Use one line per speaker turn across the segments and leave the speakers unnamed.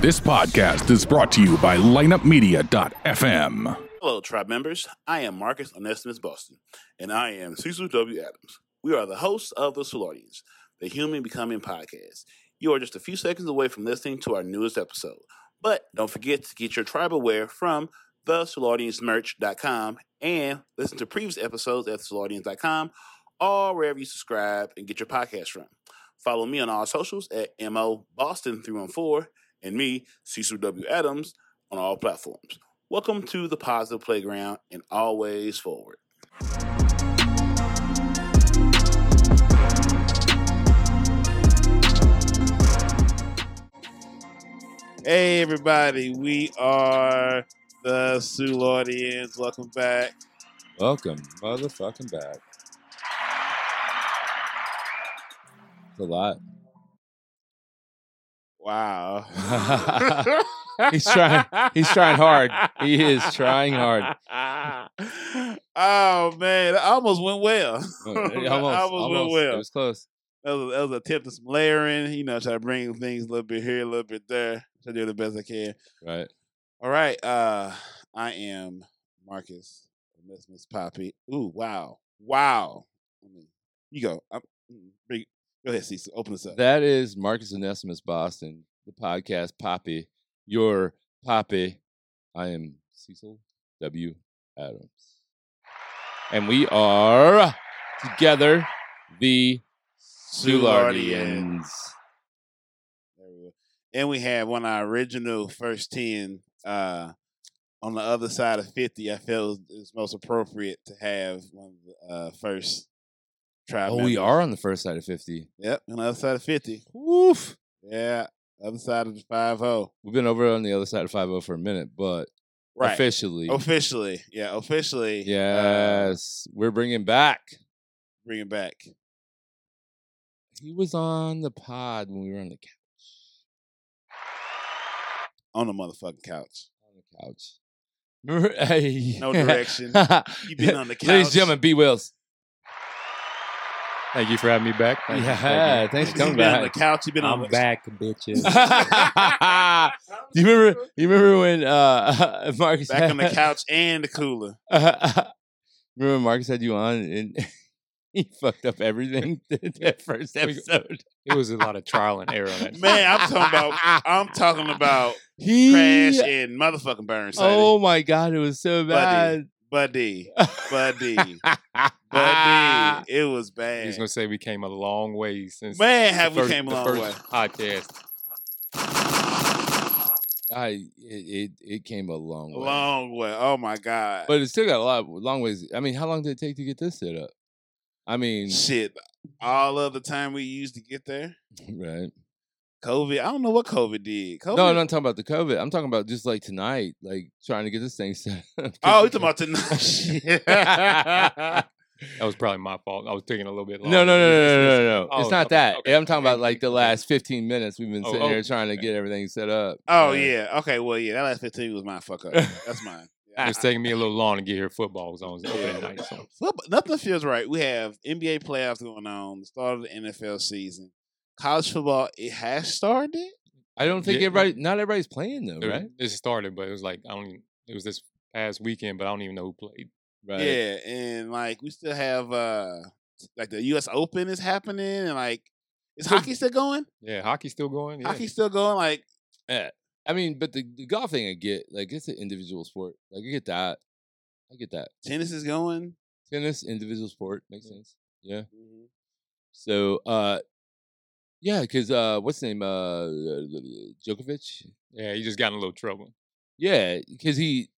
This podcast is brought to you by lineupmedia.fm.
Hello, tribe members. I am Marcus Onesimus Boston, and I am Cecil W. Adams. We are the hosts of the Solarians, the Human Becoming Podcast. You are just a few seconds away from listening to our newest episode. But don't forget to get your tribal wear from thesolariansmerch.com and listen to previous episodes at thesolarians.com or wherever you subscribe and get your podcast from. Follow me on all socials at MO Boston 314 and me, Cecil W. Adams, on all platforms. Welcome to the Positive Playground and always forward. Hey, everybody, we are the Sulaudians. Welcome back.
Welcome, motherfucking back. It's a lot.
Wow.
He's trying- he's trying hard. He is trying hard.
oh, man. That almost went well.
Uh,
That
Almost,
almost went
almost.
well.
It was close.
That was, that was a tip to some layering. You know, try to bring things a little bit here, a little bit there. Try to do the best I can.
Right.
All right. Uh I am Marcus Miss Miss Poppy. Ooh, wow. Wow. I mean, you go. I'm, mm, bring, go ahead, Cecil. Open this up.
That is Marcus Onesimus Boston, the podcast Poppy, your Poppy. I am Cecil W. Adams. And we are together the
Soulardians.
Soulardians.
There we go. And we have one of our original first 10 uh, on the other side of 50. I feel it's most appropriate to have one of the uh, first tribe.
Oh, we
members.
are on the first side of 50.
Yep, on the other side of 50.
Woof.
Yeah, other side of the oh. 5 0.
We've been over on the other side of 5 for a minute, but officially.
Officially. Yeah, officially. Uh,
Yes, we're bringing back.
bring it back.
He was on the pod when we were on the couch.
On the motherfucking couch.
On the couch. Remember- Hey.
No direction. You been on the
Ladies
couch.
and gentlemen, B Wills. Thank you for having me back.
Thank you,
yeah,
thank you.
thanks for coming
you been on the
back.
couch. You've been on
I'm
the
back, bitches.
Do you remember? You remember when uh, Marcus
Back on the couch and the cooler.
remember when Marcus had you on and he fucked up everything that first episode.
it was a lot of trial and error. On that.
Man, I'm talking about I'm talking about
he
crash and motherfucking burn, Sadie.
Oh my god, it was so bad.
Buddy. buddy, buddy, buddy.
Ah.
It was
He
bad.
was gonna say we came a long way since
Man, have
the
we came a
the
long
first
way.
Podcast.
I it, it it came a long
A
way.
long way. Oh my god.
But it still got a lot long ways. I mean, how long did it take to get this set up? I mean,
shit, all of the time we used to get there,
right.
COVID. I don't know what COVID did. COVID.
No, I'm not talking about the COVID. I'm talking about just like tonight, like trying to get this thing set up.
Oh, you talking about tonight? Shit.
That was probably my fault. I was taking a little bit longer.
No, no, no, no, no, no, no.
Oh,
it's not
okay,
that.
okay,
I'm talking about
okay,
like the
okay.
last 15 minutes we've been
Oh,
sitting
oh,
here trying to
okay.
get everything set up.
oh
Yeah.
yeah. Okay. Well, yeah. That last fifteen was my fuck up. That's mine.
It was taking me a little long to get here. Football was on opening night. So.
Football, nothing feels right. We have NBA playoffs going on. The start of the NFL season. College football. It has started.
I don't think
Yeah.
everybody, not everybody's playing though,
It-
right?
It started, but it was like I don't. Even, it was this past weekend, but I don't even know who played.
Right.
Yeah, and like we still have uh like the US Open is happening and like is hockey still going?
Yeah, hockey's still going. Yeah.
Hockey's still going, like
I mean, but the, the golf thing I get, like it's an individual sport. Like I get that. I get that.
tennis is going.
Tennis, individual sport, makes
Mm.
sense. Yeah. So uh yeah, because uh what's his name? Uh Djokovic?
yeah, he just got in a little trouble.
Yeah, because he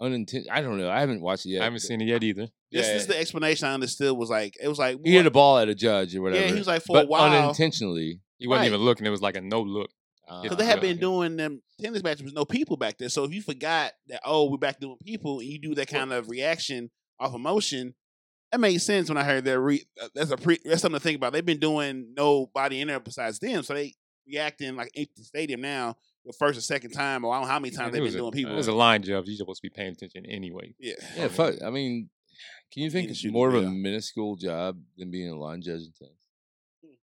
uninten I don't know. I haven't watched it yet.
I haven't
but
seen it yet either.
This
Yeah.
is the explanation I understood was like it was like
he hit a
what-
ball at a judge or whatever.
Yeah, he was like for
but
a while
unintentionally. uh,
He wasn't
Right.
even looking. It was like a no look.
because
Because
they had
have
been
Uh, Yeah.
doing them tennis matches with no people back there. So if you forgot that oh we're back doing people and you do that kind of reaction off emotion, that made sense when I heard that. Re- uh, that's a pre- that's something to think about. They've been doing nobody in there besides them, so they reacting like empty stadium now. The first or second time, or I don't know how many times
it
they've been
was a-
doing people.
It was a line job. You're supposed to be paying attention anyway.
Yeah.
Yeah, fuck. I mean, can you think
to
it's
shoot the
more of a
bell.
minuscule job than being a line
Hmm,
judge in tennis?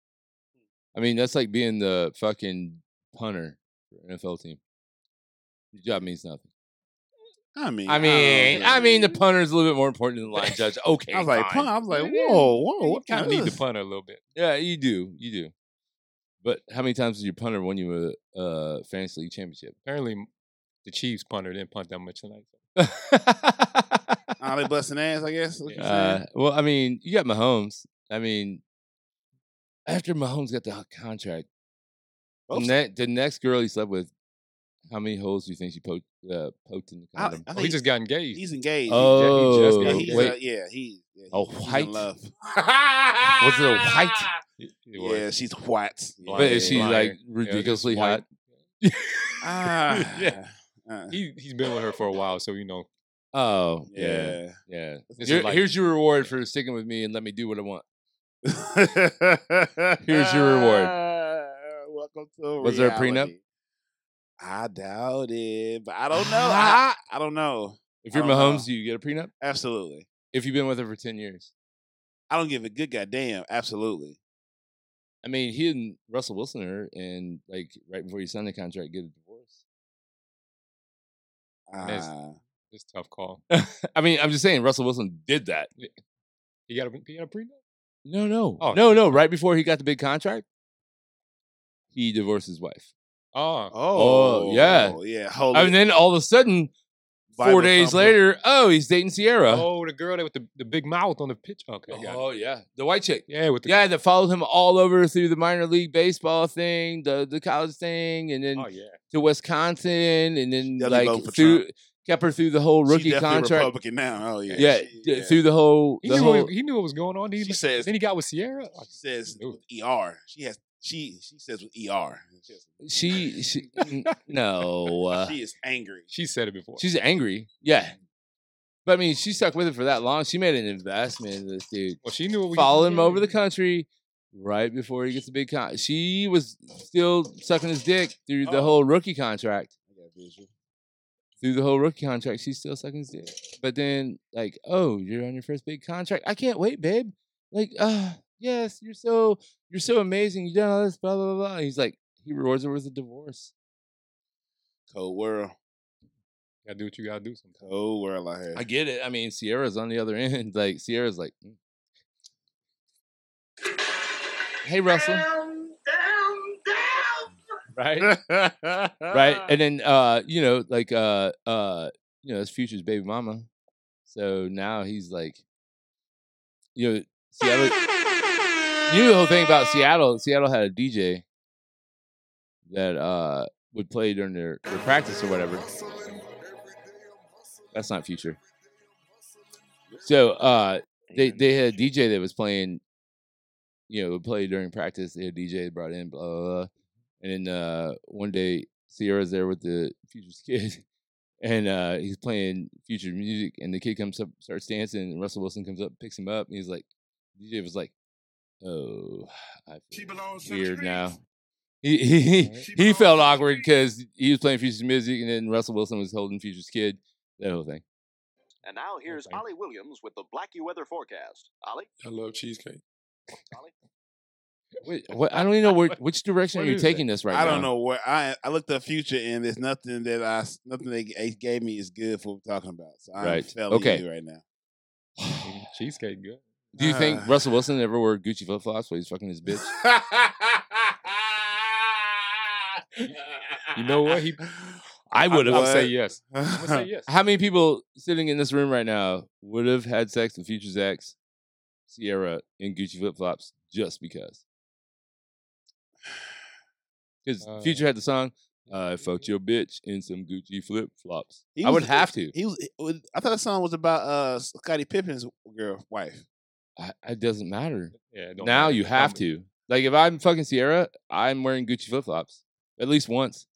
I mean, that's like being the fucking punter for an NFL team. Your job means nothing.
I mean,
Oh,
I mean,
don't
I
know.
mean, the punter is a little bit more important than the line judge. Okay,
I was like,
fine.
pun- I was like,
Yeah.
whoa, whoa,
You
what
kind of need the punter a little bit.
Yeah, you do, you do. But how many times has your punter won you a uh, fantasy league championship?
Apparently, the Chiefs punter didn't punt that much tonight.
Are they busting ass? I guess. What you
Uh,
saying?
well, I mean, you got Mahomes. I mean, after Mahomes got the h- contract, the,
Both-
ne- the next girl he slept with, how many holes do you think she poked, uh, poked in the
I-
condom?
I
Oh, he
think
just got engaged.
he's engaged.
oh,
just-
yeah,
yeah,
he's,
wait,
uh, yeah, he, yeah, he-
A
he's in
white?
love.
was it a white?
It- it was.
Yeah, she's white. Yeah.
But is she
Liar.
like
Yeah, just
ridiculously
white.
hot?
Ah,
Yeah.
uh,
He he's been with her for a while, so you know.
Oh, yeah,
yeah.
yeah.
This is
Here-
like-
here's your reward for sticking with me and let me do what I want. Here's your reward.
Ah, Welcome to
Was there a prenup?
reality. I doubt it, but I don't know. I, I don't know.
If
I
you're
don't
Mahomes,
know.
do you get a prenup?
Absolutely.
If you've been with her for ten years,
I don't give a good goddamn. Absolutely.
I mean, he and Russell Wilson are, and like right before you signed the contract, get a divorce.
Yes.
Ah.
It's a tough call.
I mean, I'm just saying Russell Wilson did that.
He got a he got a prenup.
No, no,
Oh.
no, no. Right before he got the big contract, he divorced his wife,
Oh,
oh,
yeah.
yeah. Holy
and then all of a sudden,
Bible
four days
thumper.
later, oh, he's dating Sierra.
oh, the girl that with the, the big mouth on the pitch. Okay, I got it.
Oh, yeah, the white chick.
yeah, with the
Yeah, that followed him all over through the minor league baseball thing, the the college thing, and then
oh yeah,
to Wisconsin, and then
definitely voted for
like through kept her through the whole
She
rookie
definitely
contract.
Republican now. Oh yeah.
Yeah,
She-
d- through the whole
he
the
knew,
whole.
what, he knew what was going on. He,
She says.
then he got with Sierra.
She says
Dude.
ER. She has. She she says with ER. She has-
She she n- no. Uh,
she is angry.
She said it before.
she's angry. Yeah. But I mean, she stuck with it for that long. She made an investment in this dude.
well, she knew what we
Followed him over the country right before he gets a big con. She was still sucking his dick through the
Oh.
whole rookie contract.
I got visual.
Through the whole rookie contract, she's still sucking his dick. But then, like, oh, you're on your first big contract. I can't wait, babe. Like, ah, yes, you're so you're so amazing. You done all this, blah blah blah. He's like, he rewards her with a divorce.
Cold world.
Gotta do what you gotta do. Sometimes.
Cold world out here.
I get it. I mean, Sierra's on the other end. Like Sierra's like, "Mm." hey Russell, right, right, and then uh, you know, like uh, uh, you know, his future's baby mama. So now he's like, you know, Seattle. You know the whole thing about Seattle. Seattle had a DJ that uh would play during their, their practice or whatever. That's not future. So uh they they had a DJ that was playing, you know, would play during practice. They had a DJ brought in, blah, blah, blah. And then uh, one day Sierra's there with the Future's kid, and uh, he's playing Future music, and the kid comes up, starts dancing, and Russell Wilson comes up, picks him up, and he's like, DJ was like, "Oh, I feel weird now." He he he, he felt awkward because he was playing Future's music, and then Russell Wilson was holding Future's kid. That whole thing.
And now here's
Okay.
Ollie Williams with the Blackie Weather Forecast. Ollie?
I love cheesecake.
Wait, what, I don't even know where, which direction
What
you're
is that?
taking this right
I
now.
don't know where I I looked up future and there's nothing that I s- nothing they g- they gave me is good for what we're talking about. So I'm
Right.
failing
Okay.
you right now.
Mm, Cheesecake good.
Do you think
Uh.
Russell Wilson ever wore Gucci flip flops while he's fucking his bitch?
You know what? He
I would
I'll
have.
say yes. I'm gonna say yes.
How many people sitting in this room right now would have had sex with Future's ex, Sierra, in Gucci flip flops just because? Because
Uh.
Future had the song, I fucked your bitch in some Gucci flip flops.
He
I would
was-
have to.
He was, it was- I thought that song was about uh Scottie Pippen's girl wife.
I, it doesn't matter.
Yeah. it don't
Now
matter.
you
Don't
have
matter.
to. Like if I'm fucking Sierra, I'm wearing Gucci flip flops at least once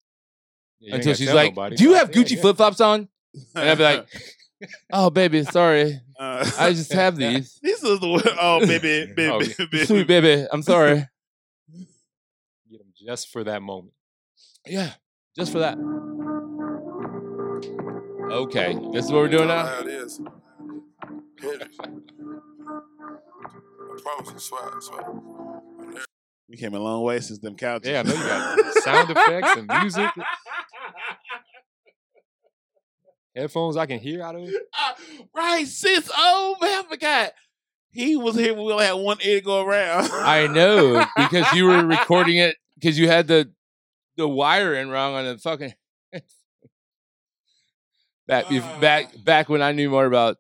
Yeah, you ain't
until
gotta
she's
tell
like,
nobody.
"Do you have
Yeah,
Gucci
yeah.
flip flops on?" And I'd be like, "Oh, baby, sorry,
uh,
I just have these."
this is the word. Oh, baby,
Oh,
baby, baby.
Sweet baby, I'm sorry.
Get him just for that moment.
Yeah, just for that. Okay, this is what we're doing now.
How it is. I promise you, swear, I swear.
You came a long way since them couches.
Yeah, I know you got sound effects and music. Headphones I can hear out of it.
Ah, right, since oh man, I forgot. He was here when we only had one ear to go around.
I know because you were recording it because you had the the wire in wrong on the fucking back bef-
Ah.
back back when I knew more about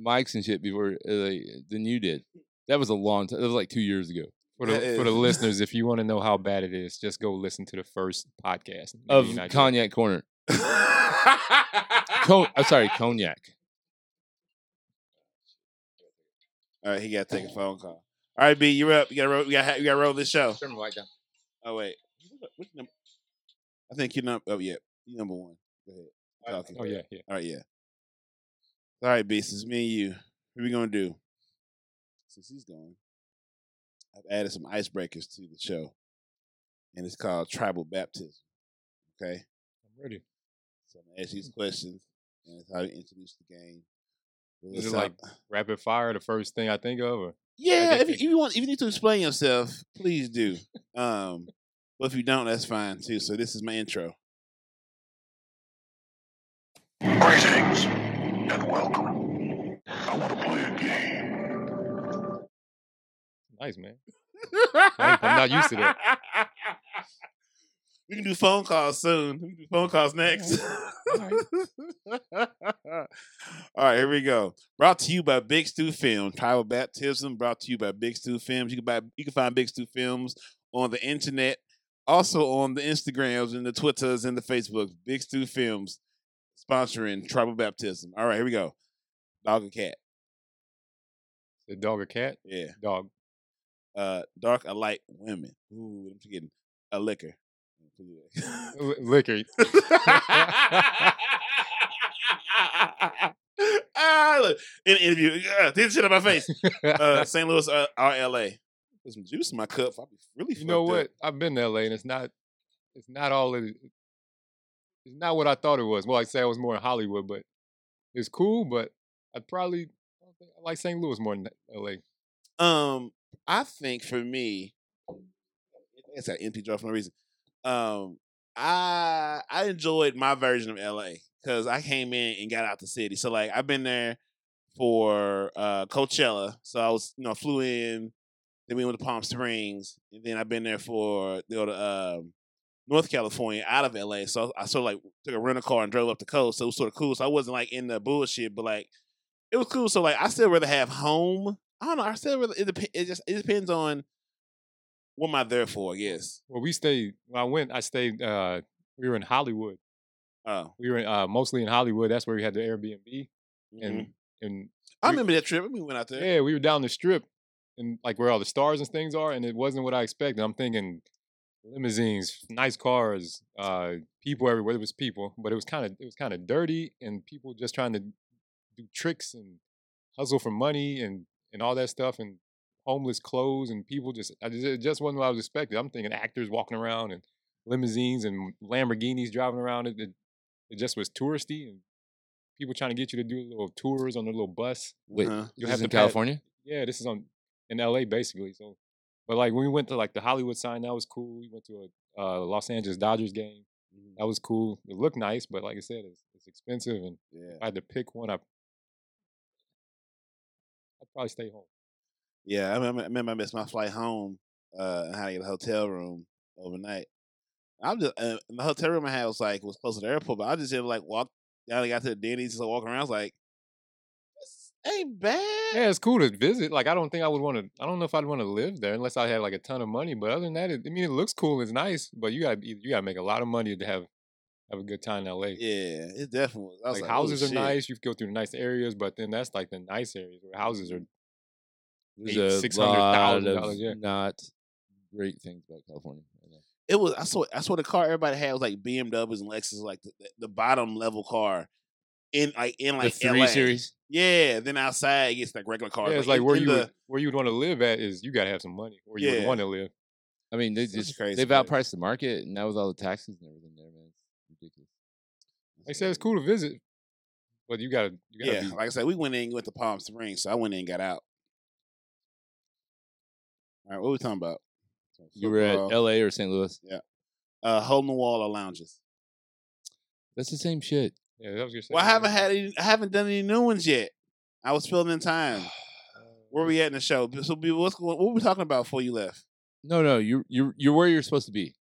mics and shit before uh, like, than you did. That was a long time. That was like two years ago.
For the,
That
for the
is-
listeners, if you want to know how bad it is, just go listen to the first podcast Maybe
Of
you're not sure.
cognac corner. Co- I'm sorry, cognac.
All right, he got to take a phone call. All right, B, you're up. You got to roll. You got to roll this show.
Turn the light down.
Oh wait, Which num- I think you're number. Oh yeah, you number one. Go ahead. Talking.
Oh yeah, yeah.
All right, yeah. All right, Beast, it's me and you. What we gonna do? Since he's gone, I've added some icebreakers to the show, and it's called tribal baptism. Okay,
I'm ready.
so I'm gonna ask these questions, and it's how you introduce the game. We'll
Is it
listen-
like rapid fire? The first thing I think of, or
yeah,
I
if
think
you, if you want, if you need to explain yourself, please do. Um, but if you don't, that's fine too. So this is my intro.
Greetings and welcome. I want to play a game.
nice man.
I,
I'm not used to that.
We can do phone calls soon. We can do phone calls next. All right, here we go. Brought to you by Big Stu Film. Tribal Baptism brought to you by Big Stu Films. You can buy you can find Big Stu Films on the internet, also on the Instagrams and the Twitters and the Facebooks. Big Stu Films sponsoring Tribal Baptism. All right, here we go. Dog and cat.
The dog or cat?
Yeah.
Dog.
Uh dark a light women. Ooh, I'm forgetting. A liquor.
Li- liquor.
ah, look, in an interview, yeah, did shit on my face. Uh, St. Louis, uh, RLA. There's some juice in my cup. I be really.
you know
fucked
what?
up.
I've been to LA and it's not it's not all it, it's not what I thought it was. Well, I say I was more in Hollywood, but it's cool, but I probably I don't think- I like St. Louis more than LA.
Um, I think for me, it's an empty draw for no reason. Um, I I enjoyed my version of LA because I came in and got out the city. So like I've been there for uh Coachella. So I was you know flew in, then we went to Palm Springs, and then I've been there for to go to um, North California out of LA. So I sort of like took a rental car and drove up the coast. So it was sort of cool. So I wasn't like in the bullshit, but like it was cool. So like I still rather have home. I don't know. I still rather it, dep- it just it depends on what am I there for. I guess.
Well, we stayed when I went, I stayed uh we were in Hollywood.
Oh,
We were in, uh mostly in Hollywood. That's where we had the Airbnb and
mhm.
and
I
we-
remember that trip. We went out there.
Yeah, we were down the strip and like where all the stars and things are, and it wasn't what I expected. I'm thinking limousines, nice cars, uh, people everywhere. It was people, but it was kind of it was kind of dirty, and people just trying to do tricks and hustle for money and and all that stuff, and homeless clothes, and people just I just it just wasn't what I was expecting. I'm thinking actors walking around and limousines and Lamborghinis driving around. It it, it just was touristy and people trying to get you to do little tours on a little bus.
Wait,
Uh-huh.
you
You
have
have
in
to pad-
California?
Yeah, this is on in LA basically. So, but like when we went to like the Hollywood sign, that was cool. We went to a uh, Los Angeles Dodgers game. That was cool. It looked nice, but like I said, it's, it's expensive. And
Yeah.
if I had to pick one, I I'd probably stay home.
Yeah, I remember, I remember I missed my flight home uh, and had to get a hotel room overnight. I'm just uh, and the hotel room I had was like was close to the airport, but I just had like walk down. I got to the Denny's, just walking around. I was like, this ain't bad.
Yeah, it's cool to visit. Like I don't think I would want to. I don't know if I'd want to live there unless I had like a ton of money. But other than that, it, I mean, it looks cool. It's nice, but you got to you got to make a lot of money to have have a good time in LA.
Yeah, it definitely was. I was
like,
like, "Oh,
houses are
shit."
nice. You go through nice areas, but then that's like the nice areas where houses are
There's
Eight-
a
six hundred
lot
thousand
of
dollars, yeah.
not great things about California. I know.
It was. I saw. I saw the car everybody had was like BMWs and Lexus, like the, the- the bottom level car in like in like
the three
LA.
series.
Yeah, then outside it gets like regular cars.
Yeah, it's like
in-
where
in
you
the-
would, where you would want to live at is you got to have some money where you
Yeah.
would want to live.
I mean, they
Such a
just
crazy
they've
place.
outpriced the market, and now with all the taxes and everything there, man, it's ridiculous.
They said it's cool to visit, but you got to you got
Yeah,
to
like I said, we went in went to Palm Springs, so I went in and got out. All right, what we talking about?
You were at
Football.
L.A. or St. Louis.
uh, hole in the wall or lounges.
That's the same shit.
Yeah, that was your.
Well, I
second
haven't
one.
had any, I haven't done any new ones yet. I was filling in time. Where we at in the show? So, B, what's going? What were we talking about before you left?
No, no, you you you're where you're supposed to be.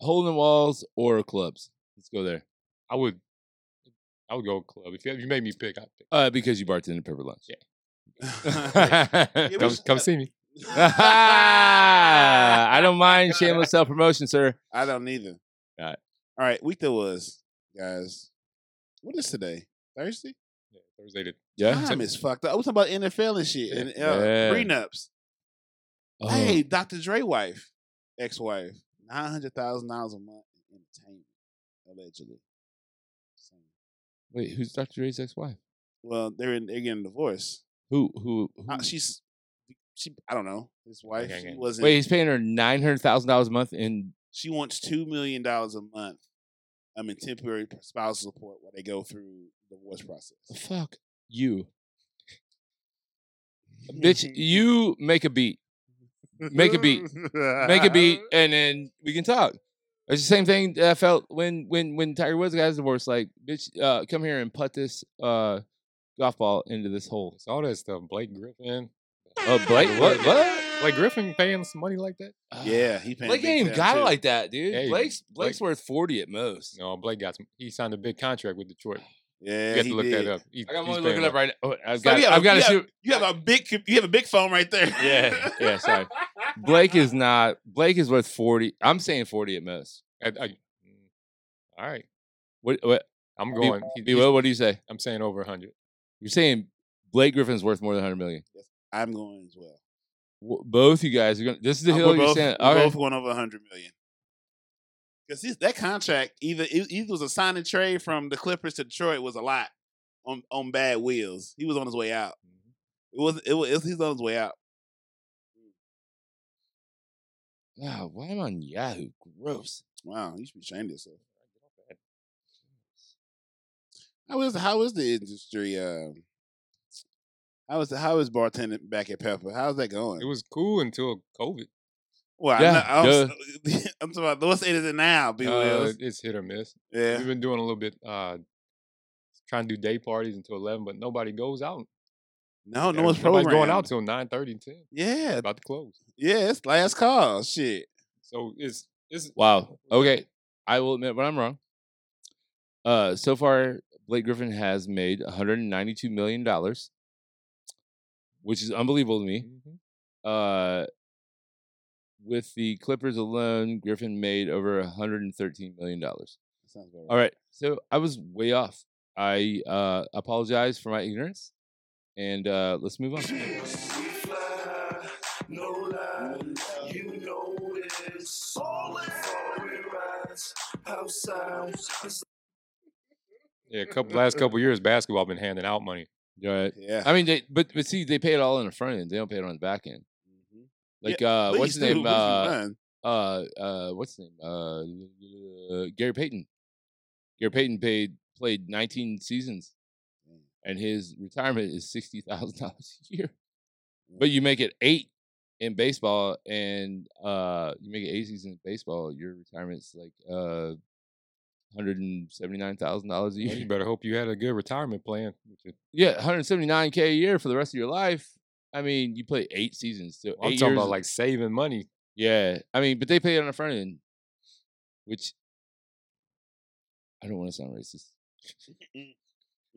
Hole in the walls or clubs. Let's go there.
I would. I would go club if you, if you made me pick. I'd pick.
Uh, because you bartended at Pepper Lunch.
It
come,
was-
come see me.
I don't mind shameless self promotion, sir.
I don't either.
Got it.
All right, week that was, guys. What is today? Thursday.
Yeah, Thursday to
Yeah.
Time is fucked up. I was talking about NFL and shit and uh,
Yeah.
prenups.
Oh,
Hey, Dr. Dre wife, ex wife, nine hundred thousand dollars a month in entertainment, allegedly. So,
Wait, who's Dr. Dre's ex-wife?
well, they're in, they're getting a divorce.
Who who? who
Ah,
Uh, she's she. I don't know his wife.
Okay,
She
okay.
wasn't.
wait, he's paying her nine hundred thousand dollars a month in
She wants two million dollars a month. I mean, temporary spousal support while they go through the divorce process.
fuck you, bitch. You make a beat, make a beat. make a beat, and then we can talk. It's the same thing that I felt when when when Tiger Woods got his divorce. Like, bitch, uh, come here and put this uh, golf ball into this hole.
it's all that stuff. Blake Griffin.
Oh, Blake, what? What?
Blake Griffin paying some money like that?
Yeah, he paying.
Blake
big
ain't even
time,
got it
too.
like that, dude.
Yeah, he-
Blake's Blake's
Blake-
worth forty at most.
No, Blake got some. He signed a big contract with Detroit.
Yeah,
you have
he
to look
did.
that up. He-
I got
he's
one
paying
looking
like-
up right now. Oh, I've
So
got.
you have
I've
a-
got
you
to
have-
shoot.
You have a big. com- You have a big phone right there.
Yeah, yeah. Sorry. Blake is not. Blake is worth forty. I'm saying forty at most.
I- I- mm. all right,
What? What?
I'm
B-
going. he-
B-
he's-
Will, what do you say?
I'm saying over 100.
You're saying Blake Griffin's worth more than hundred million.
I'm going as well.
W- both you guys are going. to This is the
Uh,
hill
we're
you're
both,
saying.
we're
All right.
both going over 100 million. Because that contract, either it either was a sign and trade from the Clippers to Detroit, was a lot on on bad wheels. He was on his way out.
Mm-hmm.
It was it was he's on his way out.
Ah, why am I on Yahoo? Gross.
Wow, you should be ashamed of yourself. How is how is the industry? Um, how is how is bartending back at Pepper? How's that going?
It was cool until COVID.
well,
Yeah,
I'm, not, I'm, uh, I'm talking about what's in it now, B.
Uh,
Wills.
it's hit or miss.
Yeah,
We've been doing a little bit, uh, trying to do day parties until 11, but nobody goes out.
no, no one's
Nobody's
programmed.
going out till 9 10.
Yeah,
About to close.
yeah, it's last call. Shit.
So it's, it's
Wow. Okay. I will admit when I'm wrong. Uh, so far, Blake Griffin has made 192 million dollars, which is unbelievable to me.
Mhm.
Uh, with the Clippers alone, Griffin made over 113 million dollars.
Sounds about
All right. So I was way off. I uh, apologize for my ignorance, and uh, let's move on.
yeah, couple last couple years, basketball been handing out money.
All right.
Yeah.
I mean, they but but see, they pay it all on the front end. They don't pay it on the back end. Like uh,
Please
what's his
do, mm-hmm.
name?
what you
Uh,
done?
uh, uh, what's his name? Uh, Gary Payton. Gary Payton paid played 19 seasons, and his retirement is sixty thousand dollars a year. But you make it eight in baseball, and uh, you make it eight seasons in baseball. Your retirement's like uh, hundred and seventy nine thousand dollars a
Well, you
year.
better hope you had a good retirement plan. which is-
Yeah, hundred seventy nine k a year for the rest of your life. I mean, you play eight seasons. So
I'm
eight
talking
years
about
is-
like saving money.
Yeah, I mean, but they pay it on the front end, which I don't want to sound racist, Mm,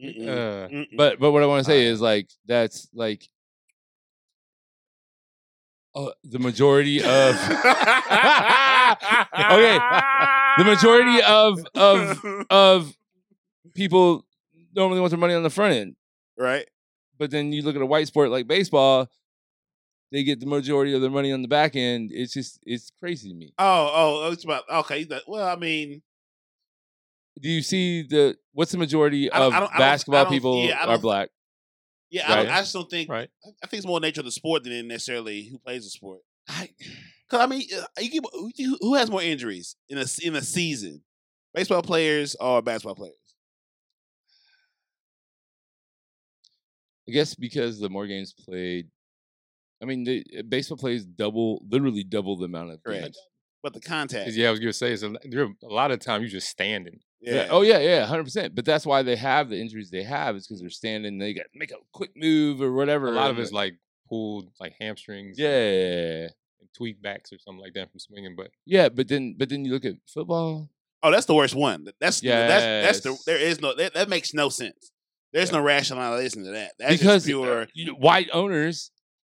Mm-mm.
Uh,
Mm-mm.
but but what I want to say
Uh,
is like that's like uh, the majority of okay, the majority of of of people normally want their money on the front end,
right,
but then you look at a white sport like baseball. They get the majority of their money on the back end. It's just it's crazy to me.
oh, oh, it's about okay. he's like, well, I mean,
do you see the what's the majority
I don't-
of
I don't- I don't- I
basketball
don't-
people
yeah, I
are
don't-
black?
yeah, I, don't,
Right.
I just don't think.
Right.
I I think it's more nature of the sport than it necessarily who plays the sport.
I,
Because I mean, uh, you keep, who- who- who has more injuries in a s- in a season? Baseball players or basketball players?
I guess because the more games played, I mean, they, eh, baseball plays double, literally double the amount of
Correct.
games.
But the contact.
'Cause, yeah, I was gonna say it's a, you're, a lot of time you just standing.
Yeah. Oh yeah, yeah, hundred percent. But that's why they have the injuries they have is because they're standing. They got to make a quick move or whatever.
A lot of
and
it's like pulled like hamstrings,
yeah,
and tweak backs or something like that from swinging. But
yeah. But then, but then you look at football.
Oh, that's the worst one. Th- That's that's that's the
Yes.
there is no that, that makes no sense. There's no rationalization to that. That's
because eh,
just pure.
you know, white owners,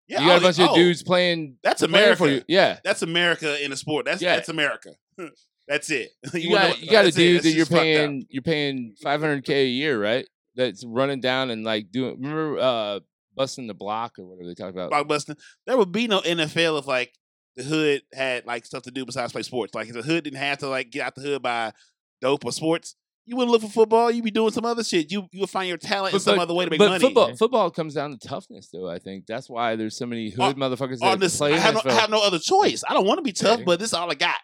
Yeah,
you got
all
a bunch
these-
of
oh,
dudes playing.
That's
playing
America.
for you. Yeah,
That's America in a sport. That's
Yeah.
that's America. that's it. wanna know
you, got
what-
you got a
that's it.
dude
That's
that you're
just fucked up.
paying you're paying 500k a year, right? That's running down and like doing. Remember, uh, busting the block or whatever they talk about.
blockbuster. There would be no NFL if like the hood had like stuff to do besides play sports. Like if the hood didn't have to like get out the hood by dope or sports, you wouldn't look for football. You'd be doing some other shit. You you would find your talent in
But-
some
but-
other way to make
but
money.
football, football comes down to toughness, though. I think that's why there's so many hood
On-
motherfuckers
Uh, On
that
this,
play
I have, no, I
NFL.
have no other choice. I don't want to be tough,
Okay.
but this is all I got.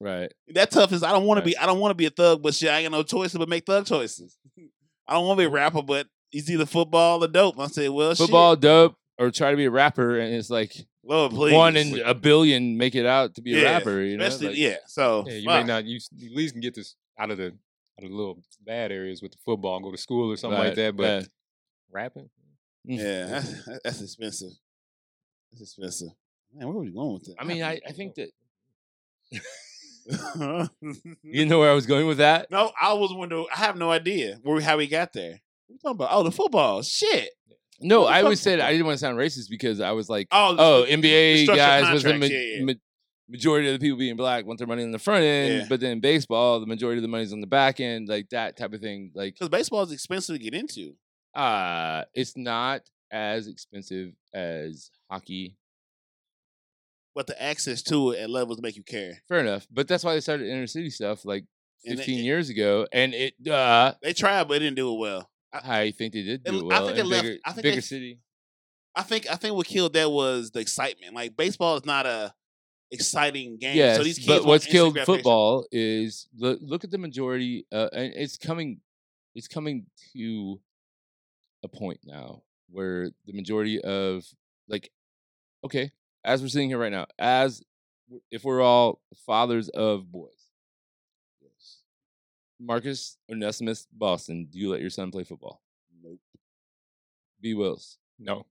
right?
That toughness, I don't want
Right.
to be. I don't want to be a thug, but shit, I ain't got no choices but make thug choices. I don't want to be a rapper, but it's either football or dope. I said, well,
Football,
shit.
dope, or try to be a rapper, and it's like
Lord, please.
one in a billion make it out to be a
Yeah,
rapper. You know,
Especially-
Like,
yeah. So
yeah, you
fuck.
may not. You, s- you at least can get this out of the out of the little bad areas with the football, and go to school or something
right,
like that. But
yeah.
rapping,
Yeah, that's, that's expensive. That's expensive. Man, where were you going with that?
I mean, I, I think that
I
you know where I was going with that.
no, I was wondering. I have no idea where we, how we got there. What you talking about? Oh, the football. Shit.
No,
What the
I
fuck-
always said I didn't want to sound racist because I was like,
Oh, the-
oh,
the
NBA
structured
guys was the ma-
contracts, yeah, yeah.
ma- majority of the people being black want their money on the front end,
Yeah.
but then baseball, the majority of the money's on the back end, like that type of thing. Like,
Because baseball is expensive to get into.
uh, it's not as expensive as hockey.
But the access to it at levels make you care.
Fair enough, but that's why they started inner city stuff like
And it-
15
it-
years ago, and it. Uh,
They tried, but they didn't do it well.
I think they did
It-
do
I
it well.
think
in
it left-
bigger,
I think
bigger
they-
city.
I think I think what killed that was the excitement. Like baseball is not a exciting game.
Yes,
so these kids
but
want
what's
instant
killed
gratification.
football is look, look at the majority, uh, and it's coming, it's coming to a point now where the majority of like, okay, as we're sitting here right now, as w- if we're all fathers of boys, Marcus Onesimus Boston, do you let your son play football? Nope. B. Wills,
no,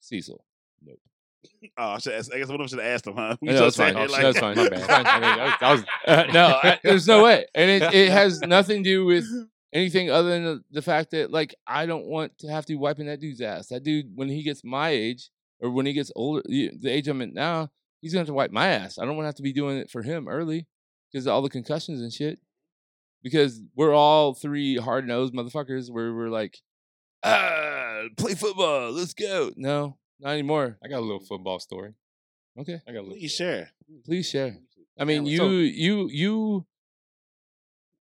Cecil, nope.
Oh, I, should ask, I guess one of them should have asked them, huh? We
No,
just
that's fine.
sat here
Oh,
like-
that's fine.
my bad. I mean, that was,
Uh, no, I, there's no way, and it, it has nothing to do with anything other than the, the fact that like I don't want to have to be wiping that dude's ass. That dude, when he gets my age or when he gets older, the the age I'm at now, he's gonna have to wipe my ass. I don't want to have to be doing it for him early because all the concussions and shit. Because we're all three hard nosed motherfuckers where we're like, ah, play football, let's go. No, not anymore.
I got a little football story.
Okay,
I got a little.
Please share.
please share. I mean,
Yeah,
you
so-
you you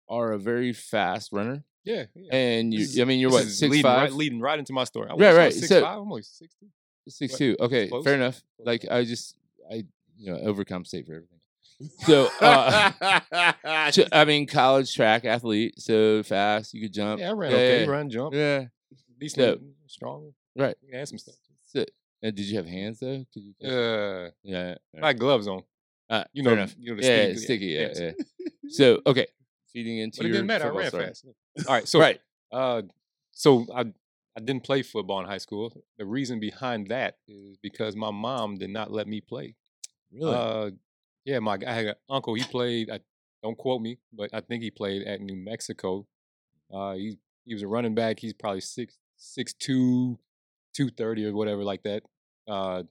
are a very fast runner,
Yeah, yeah.
and
This is-
you. I mean, you're
This
what
is
six
leading
five,
right, leading right into my story. I
Right,
was
right,
Six
so-
five. I'm only sixty.
six two. Okay,
Close.
fair enough.
Close.
Like I just I you know overcompensate for everything. So uh, ch- I mean, college track athlete, so fast you could jump.
Uh, Yeah, I ran okay.
yeah.
Run, jump,
Yeah.
decent,
Yep.
strong.
Right.
You had some stuff.
So- and did you have hands though? Could you catch-
Uh,
yeah. yeah.
my gloves on.
Uh,
You
fair
know,
enough.
you know the
yeah,
sticky-
sticky. Yeah,
yes.
yeah. So okay, feeding into
But it
your
didn't matter. I
football
ran
story.
fast. All right. So
right.
Uh, so I I didn't play football in high school. The reason behind that is because my mom did not let me play.
Really?
Uh, yeah, my I had an uncle. He played. I, don't quote me, but I think he played at New Mexico. Uh, he he was a running back. He's probably six six two, two thirty or whatever like that. Uh,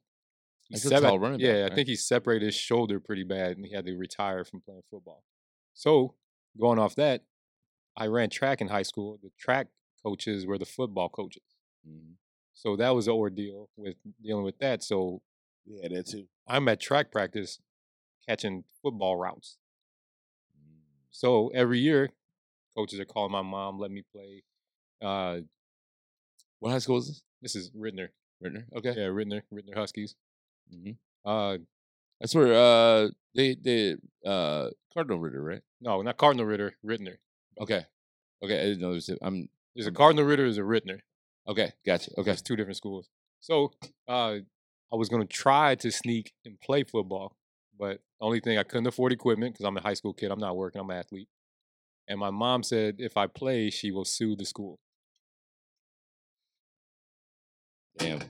he
That's a
sep-
tall running back,
yeah, I
right?
think he separated his shoulder pretty bad, and he had to retire from playing football. So going off that, I ran track in high school. The track coaches were the football coaches.
Mhm.
So that was an ordeal with dealing with that. So
yeah, that too.
I'm at track practice catching football routes. Mm. So every year, coaches are calling my mom, let me play. Uh,
What high school is this?
this is Rittner.
Rittner. Okay.
Yeah, Rittner, Rittner Huskies.
Mhm.
Uh,
That's where uh they they uh Cardinal Ritter, right?
no, not Cardinal Ritter, Rittner.
Okay. Okay, I didn't know there's a I'm
There's a
Mhm.
Cardinal Ritter, there's a Rittner.
okay, gotcha. Okay.
There's two different schools. So uh, I was going to try to sneak and play football, but the only thing I couldn't afford equipment because I'm a high school kid. I'm not working. I'm an athlete. And my mom said if I play, she will sue the school.
Damn.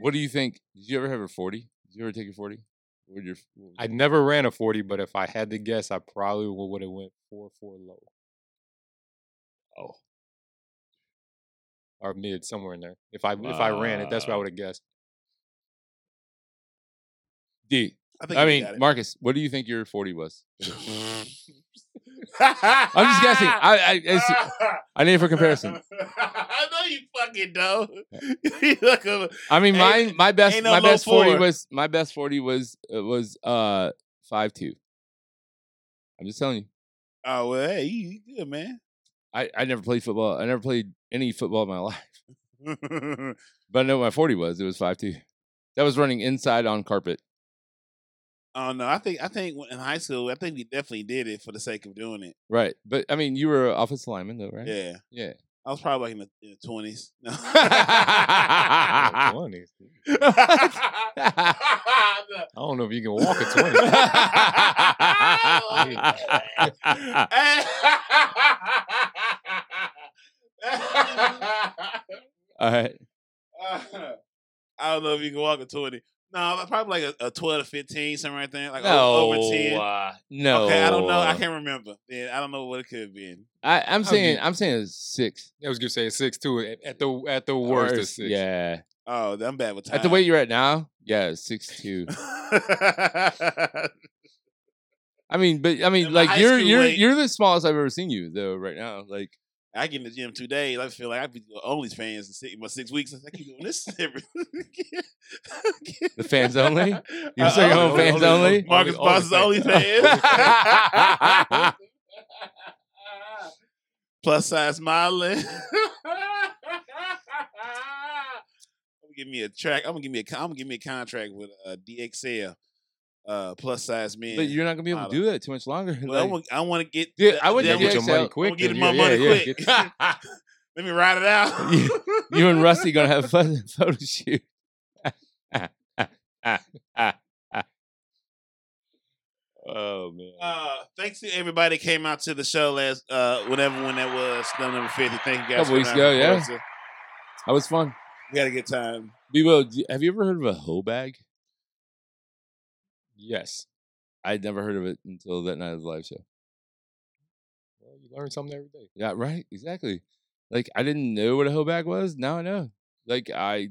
What do you think? Did you ever have a forty? Did you ever take a forty? What would your what would
I never ran a 40, but if I had to guess, I probably would have went 4 4 low. Oh. Or mid, somewhere in there. If I if I ran it, that's what I
Wow.
would have guessed.
D?
I think
I
you
mean,
got it.
Marcus, what do you think your forty was? I'm just guessing.
Ah!
I I, it's, I need it for comparison. Eh.
I know you fucking know. you look a-
I mean, my
Ain't-
my best
ain't no
my
low
best forty
four.
was my best forty was uh, was uh five two. I'm just telling you.
oh well, hey, you you good man?
I, I never played football. I never played any football in my life. But I know what my forty was. It was five two. That was running inside on carpet.
oh no, I think I think when- in high school, I think we definitely did it for the sake of doing it.
Right. But I mean, you were an offensive lineman though, right?
Yeah,
Yeah.
I was probably like in the- in the twenties. No.
Oh,
Ah.
20.
I
I don't know if you can walk at 20.
All right.
don't know if you can walk a twenty. No, probably like a, a twelve to fifteen, something right there, like o-
No.
over ten.
uh, no.
Okay, I don't know. I can't remember. Yeah, I don't know what it could have been.
I, I'm
How
saying
you-
I'm saying it's six.
I was gonna say a six too. At, at the at the worst, a
Worst,
six.
Yeah.
Oh, I'm bad with time.
At the weight you're at now, yeah, six two. I mean, but I mean,
At my
like
high
you're
school
you're
weight.
you're the smallest I've ever seen you though. Right now, like
I get in the gym two days. I feel like I've been doing OnlyFans in six, about six weeks. I keep doing this every.
the fans only. You
Uh,
say your own
only-
fans only?
Marcus Boss's OnlyFans.
Only-
Plus size smiling. I'm gonna give me a track. I'm gonna give me a. con- I'm gonna give me a contract with uh, DXL. Uh, plus size men.
But you're not gonna be able to
Model.
do that too much longer.
But I
like-
want. I want to get.
Dude, I went
Yeah,
to
that
get your
DXL.
money quick.
I'm getting
then.
my
Yeah,
money
yeah,
quick.
get-
Let me ride it out.
you, you and Rusty gonna have a photo photo shoot. oh man.
Uh, thanks to everybody that came out to the show last uh whatever one that was number number fifty. Thank you guys.
Couple
for
weeks
coming out
ago, yeah.
and supporting us.
That was fun.
We had a good time.
B Will, do you- have you ever heard of a hoe bag?
yes.
I'd never heard of it until that night of the live show.
Well, you learn something every day.
Yeah, right. Exactly. Like I didn't know what a hoe bag was. Now I know. Like I,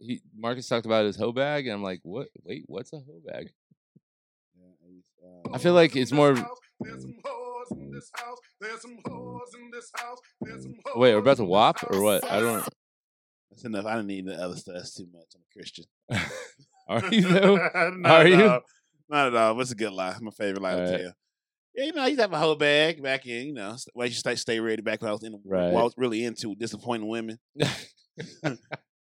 he Marcus talked about his hoe bag, and I'm like, what? Wait, what's a hoe bag?
uh,
I feel like it's more. of- Wait, we're about to whop or what? I don't.
That's enough. I don't need the other stuff. That's too much. I'm a Christian.
Are you though?
Not
Are
at
you?
all. Not at all. But it's a good lie. My favorite lie to
Alright.
tell. Yeah, you know, I used to have a whole bag back in, you know, s- when I used to stay- stay ready back when I was in the
Right.
what I was really into disappointing women.
I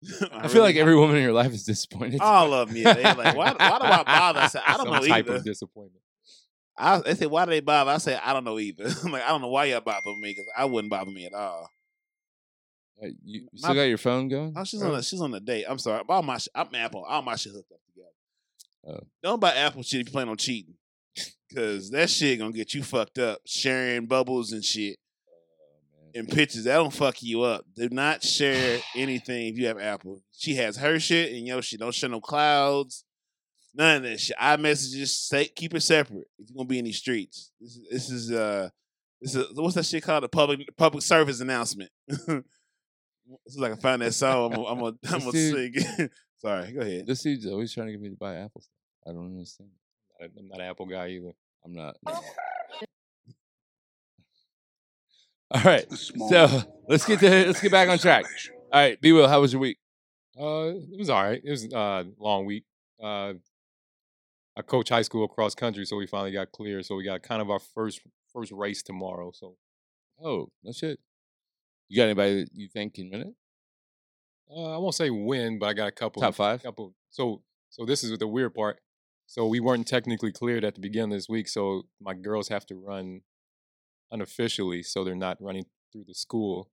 feel like
really-
every woman in your life is disappointed.
all of them, yeah. They're like, why, why do I bother? I said, I don't
Some
know
type
either.
of disappointment.
I, they said, why do they bother? I said, I don't know either. I'm like, I don't know why y'all bother me because I wouldn't bother me at all.
Uh, You, you
My-
still got your phone going?
Oh, she's
bro?
on a she's on a date. I'm sorry. All my sh- I'm Apple. All my shit hooked up together.
Oh.
Don't buy Apple shit if you plan on cheating, because that shit gonna get you fucked up. Sharing bubbles and shit and pictures that don't fuck you up. Do not share anything if you have Apple. She has her shit and yo shit. Don't share no clouds. None of that shit. I messages say keep it separate. If you're gonna be in these streets, this is this is uh this is what's that shit called? A public public service announcement. this is like I find that song. I'm gonna I'm gonna, I'm gonna sing.
Dude.
it. Sorry, go ahead.
This dude's always trying to get me to buy Apple stuff. I don't understand.
I- I'm not an Apple guy either.
I'm not. no. All right. So let's get to let's get back on track. All right, B Will, how was your week?
Uh, it was all right. It was a uh, long week. Uh, I coach high school across country, so we finally got clear. So we got kind of our first first race tomorrow. So
Oh, no shit. You got anybody that you think can win it?
uh, I won't say win, but I got a couple
Top five?
Couple. So so this is the weird part. So we weren't technically cleared at the beginning of this week. So my girls have to run unofficially, so they're not running through the school.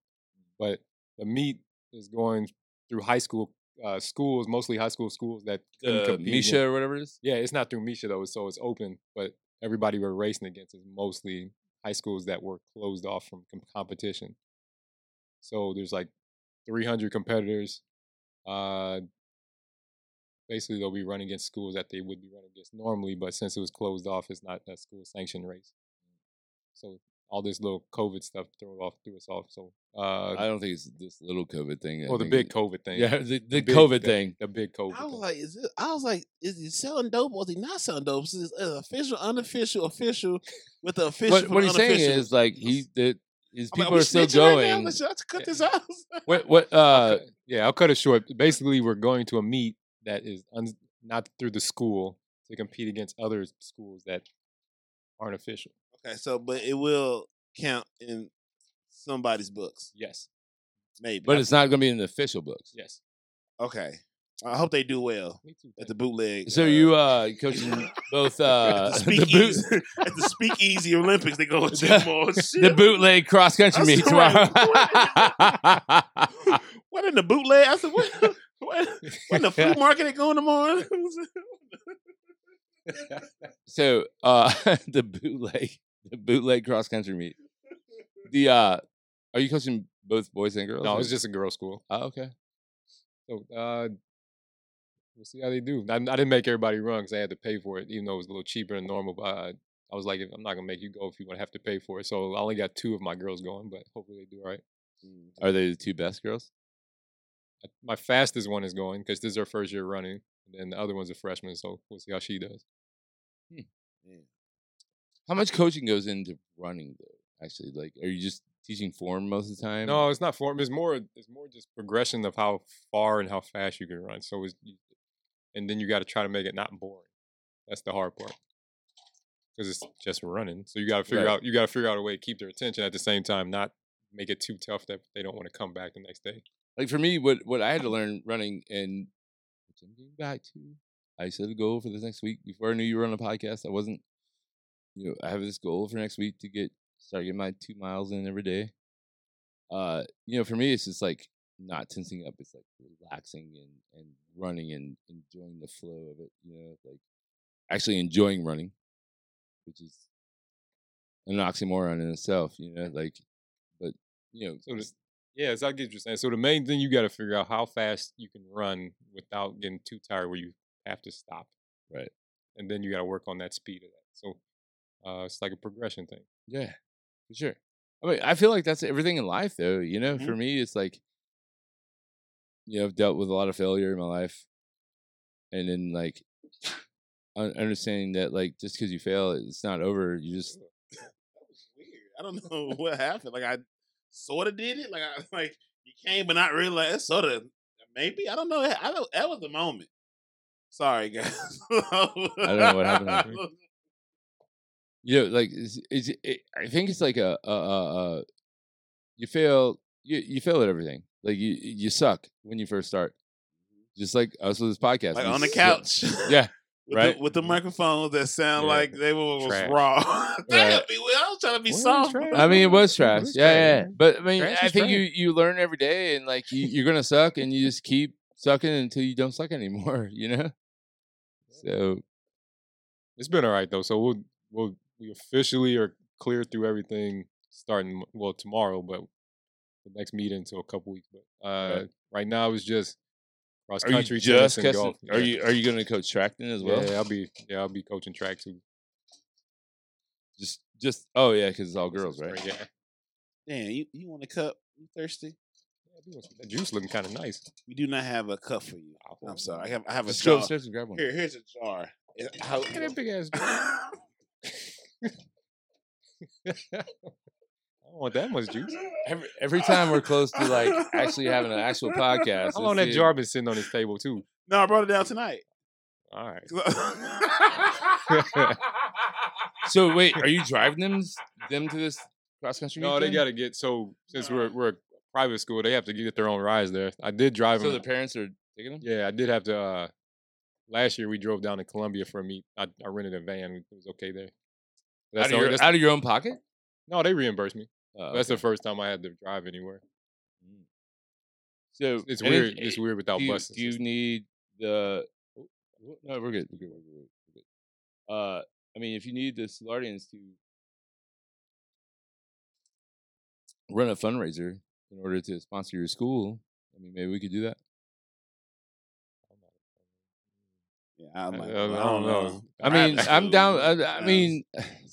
But the meet is going through high school uh, schools, mostly high school schools that couldn't
Uh,
compete against-
Misha or whatever it is.
Yeah, it's not through Misha though, so it's open. But everybody we're racing against is mostly high schools that were closed off from com- competition. So there's like 300 competitors. Uh, basically, they'll be running against schools that they would be running against normally, but since it was closed off, it's not a school sanctioned race. So all this little COVID stuff threw off threw us off. So uh,
I don't think it's this little COVID thing. I
Oh,
well, the
think
big
it-
COVID thing.
Yeah, the, the
big-
COVID thing.
The big COVID.
I was
thing.
like, is it, I was like, is he selling dope or is he not selling dope? Is this uh, official, unofficial, official with the official?
What,
from
what
the
he's saying
unofficial?
is like he that his
I'm like,
people
we
are still
snitching right now?
going.
Let's, let's cut
Yeah.
this out.
what what uh
cut- yeah, I'll cut it short. Basically, we're going to a meet that is un- not through the school to compete against other schools that aren't official.
okay, so but it will count in somebody's books,
Yes,
maybe.
but it's not going to be in the official books.
yes.
okay. I hope they do well
Me too.
at the bootleg.
So
uh,
you uh coaching both uh
at the
the, boot,
speakeasy, at the speakeasy Olympics, they go to more shit.
the bootleg cross country
That's
meet tomorrow.
right. What in the bootleg? I said, what? What, what in the flea market they going tomorrow?
so uh the bootleg the bootleg cross country meet. The uh are you coaching both boys and girls?
No,
or-
it's just a girl school.
oh, okay.
So uh, we'll see how they do. I, I didn't make everybody run because I had to pay for it, even though it was a little cheaper than normal. But uh, I was like, I'm not gonna make you go if you want to have to pay for it. So I only got two of my girls going, but hopefully they do all right.
Are they the two best girls?
I- my fastest one is going because this is her first year running, and then the other one's a freshman. So we'll see how she does.
How much coaching goes into running though? Actually, like are you just teaching form most of the time?
No, it's not form. It's more. It's more just progression of how far and how fast you can run. So it's, you- and then you got to try to make it not boring. That's the hard part because it's just running. So you got to figure
Right.
out. You got to figure out a way to keep their attention at the same time, not make it too tough that they don't want to come back the next day.
like for me, what what I had to learn running and which I'm getting back to, I set a goal for this next week. Before I knew you were on a podcast, I wasn't. You know, I have this goal for next week to get start getting my two miles in every day. Uh, you know, for me, it's just like not tensing up. It's like relaxing and and running and enjoying the flow of it. You know, it's like actually enjoying running, which is an oxymoron in itself. You know, like, but you know,
So the, yeah, so I get what you're saying. So the main thing you got to figure out how fast you can run without getting too tired where you have to stop.
Right.
And then you got to work on that speed of that. So uh, it's like a progression thing.
Yeah, for sure. I mean, I feel like that's everything in life, though. You know,
Mhm.
for me, it's like, you know, I've dealt with a lot of failure in my life, and then like un- understanding that like just because you fail, it's not over. You just
Mm-hmm. That was weird. I don't know what happened. Like I sort of did it. Like I like you came, but not realize. Sort of, maybe. I don't know. I don't. That was the moment. Sorry, guys. I
don't know what happened. you know, like it's, it's, it, I think it's like a, a, a, a you fail, you you fail at everything. Like you you suck when you first start, just like us with this
Mm-hmm.
podcast.
like
we
on the
suck.
couch.
Yeah,
With
right. Mm.
The, with the microphones that sound
Yeah.
like they were was
Trash.
raw. Damn, B. Will, I was trying to be
Well,
soft.
trash.
I mean, it was
It
trash.
was
Yeah, yeah.
trash.
But I mean,
Trash
I
is
think
trash.
you you learn every day, and like you, you're gonna suck, and you just keep sucking until you don't suck anymore. You know. So
It's been all right though. So we'll we'll we officially are clear through everything starting well tomorrow, but the next meeting until a couple weeks. But uh, right. now it's just cross
are
country,
you just
tennis, and
catching- are
golf. Yeah.
you are you gonna coach Tracton as well?
Yeah, I'll be yeah I'll be coaching track too.
Just just oh yeah, because it's all girls, right?
Yeah.
Damn, you, you want a cup? You thirsty?
Yeah, we want some- That juice looking kind of nice. Oh,
We do not have a cup for you. I'm sorry. I have I have a
Oh, Just go
jar.
upstairs and grab one.
Here, here's a jar. It- how-
Look at that big ass. I don't want that much juice.
Every, every time we're close to like actually having an actual podcast,
How long
it's
that
the-
jar been sitting on this table too?
no, I brought it down tonight.
All right.
So wait, are you driving them them to this cross country?
No, they got to get so since we're we're a private school, they have to get their own rides there. I did drive
So
them.
the parents are taking them.
yeah, I did have to. uh Last year we drove down to Columbia for a meet. I, I rented a van. It was okay there. That's
out, of
the only-
your,
that's-
out of your own pocket.
no, they reimbursed me.
Oh,
That's
okay.
the first time I had to drive anywhere.
So eh,
It's
and it-
weird. it's
it-
weird without
do you,
buses.
do you need the? oh, oh, No, we're good. We're good. We're good. We're good. Uh, I mean, if you need the Solardians to run a fundraiser in order to sponsor your school, I mean, maybe we could do that.
Yeah, I'm
I-
like,
I
well, I, don't
don't know.
know.
I mean, I'm down.
Private
I, I
schools,
mean,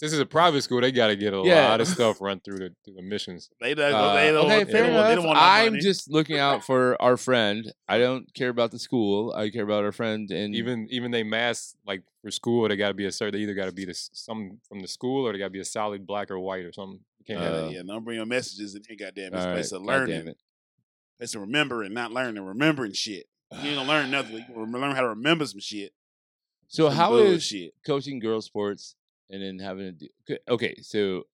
This is a private school. They got to get a
Yeah.
lot of stuff run through the, through the missions.
they don't.
Uh,
they don't
okay,
want,
fair
they don't want- they
enough.
don't want no
I'm
money.
just looking out for our friend. I don't care about the school. I care about our friend. And
Even even they mask like for school, they got to be a certain. They either got to be the, s- some from the school, or they got to be a solid black or white or something. You can't have
uh,
yeah, yeah, don't bring your messages in here, goddamn.
all
It's a
right,
place of
God damn
learning.
it.
It's a remembering, not learning. Remembering shit. You ain't gonna learn nothing. You gonna learn how to remember some shit.
So
some
how is
bullshit.
coaching girls sports and then having to do? c- Okay, so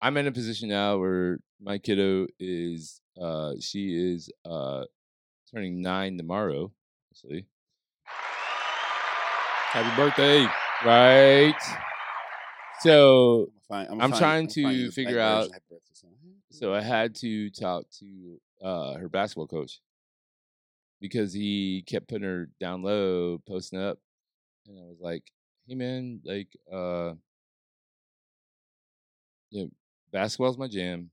I'm in a position now where my kiddo is. uh She is uh turning nine tomorrow. Actually,
Happy birthday!
right. So
Fine,
I'm
fine-
trying
fine
to
with the
figure
black
out-
version, hyper versus-
So I had to talk to uh, her basketball coach because he kept putting her down low, posting up, and I was like, "Hey, man, like, uh, you know, basketball's my jam.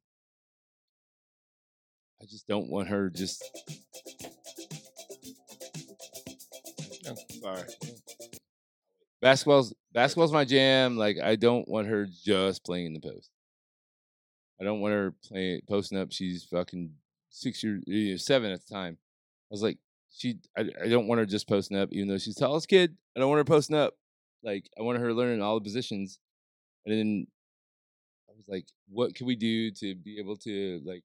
I just don't want her just
Sorry.
basketball's basketball's my jam. Like, I don't want her just playing in the post. I don't want her playing posting up. She's fucking six years, eh, seven at the time. I was like, she, I, I don't want her just posting up, even though she's the tallest kid. I don't want her posting up. Like, I want her learning all the positions. And then I was like, what can we do to be able to like?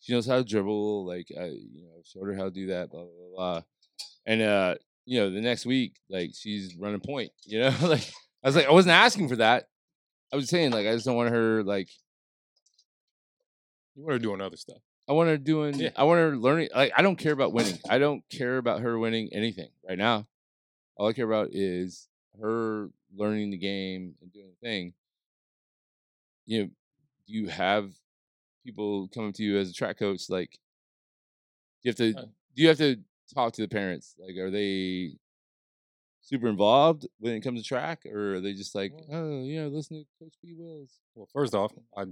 She knows how to dribble. Like, I, you know, showed her how to do that. Blah blah blah. blah. And uh, you know, the next week, like, she's running point. You know, like I was like, I wasn't asking for that. I was saying like, I just don't want her like.
You were doing other stuff.
I want her doing.
Yeah.
I want her learning. Like I don't care about winning. I don't care about her winning anything right now. All I care about is her learning the game and doing the thing. You know, do you have people coming to you as a track coach? Like, do you have to.
Uh.
Do you have to talk to the parents? Like, are they super involved when it comes to track, or are they just like, oh, you know, listen to Coach B. Wills?
Well, first off, I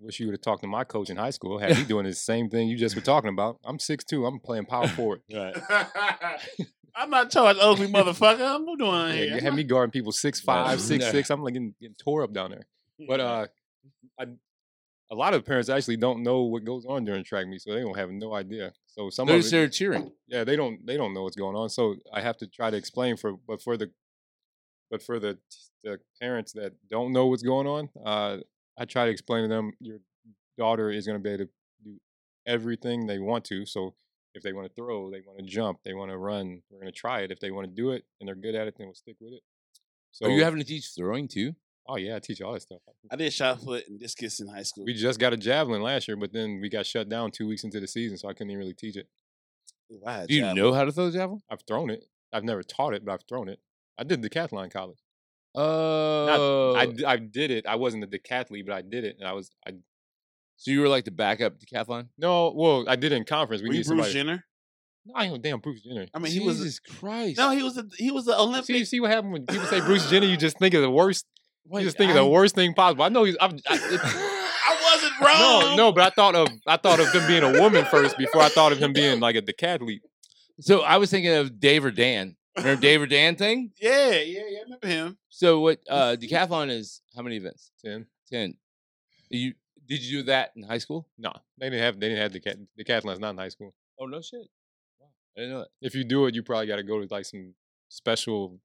wish you would have talked to my coach in high school. Had he doing the same thing you just were talking about. I'm 6'2". I'm playing power forward.
Right.
I'm not charged ugly motherfucker. I'm doing
Yeah,
here.
you
I'm
had me guarding people six five,
Yeah.
six six. I'm like getting, getting tore up down there.
not-
But uh, I, a lot of parents actually don't know what goes on during track meet, so they don't have no idea. So some
They're
of
just
it-
there cheering.
yeah, they don't they don't know what's going on. So I have to try to explain for but for the but for the the parents that don't know what's going on, uh, I try to explain to them your daughter is going to be able to do everything they want to. So if they want to throw, they want to jump, they want to run, we're going to try it. If they want to do it and they're good at it, then we'll stick with it. So
are Oh, you having to teach throwing too?
Oh yeah, I teach all that stuff.
I did shot put and discus in high school.
We just got a javelin last year, but then we got shut down two weeks into the season, so I couldn't even really teach it.
Ooh, I had
Do you
job.
know how to throw a javelin?
I've thrown it. I've never taught it, but I've thrown it. I did decathlon in college.
Oh,
I, d- I did it. I wasn't a decathlete, but I did it, and I was I
so you were like the backup decathlon?
no. Well, I did it in conference. We
Were you
need
Bruce
somebody.
Jenner?
No, I ain't no damn Bruce Jenner.
I mean, he was.
Jesus Christ!
No, he was. A, he was the Olympic.
See, see what happened when people say Bruce Jenner? You just think of the worst.
Wait,
you just think of the
I-
worst thing possible. I know he's. I've, I, it's-
I wasn't wrong.
no, no, but I thought of I thought of him being a woman first before I thought of him being like a decathlete.
So I was thinking of Dave or Dan. Remember Dave or Dan thing?
Yeah, yeah, yeah. I remember him.
So what? Uh, decathlon is how many events?
Ten.
Ten. You did you do that in high school?
No, they didn't have they didn't have decat- decathlons not in high school.
Oh no shit! Wow, I didn't know
If you do it, you probably got to go to like some special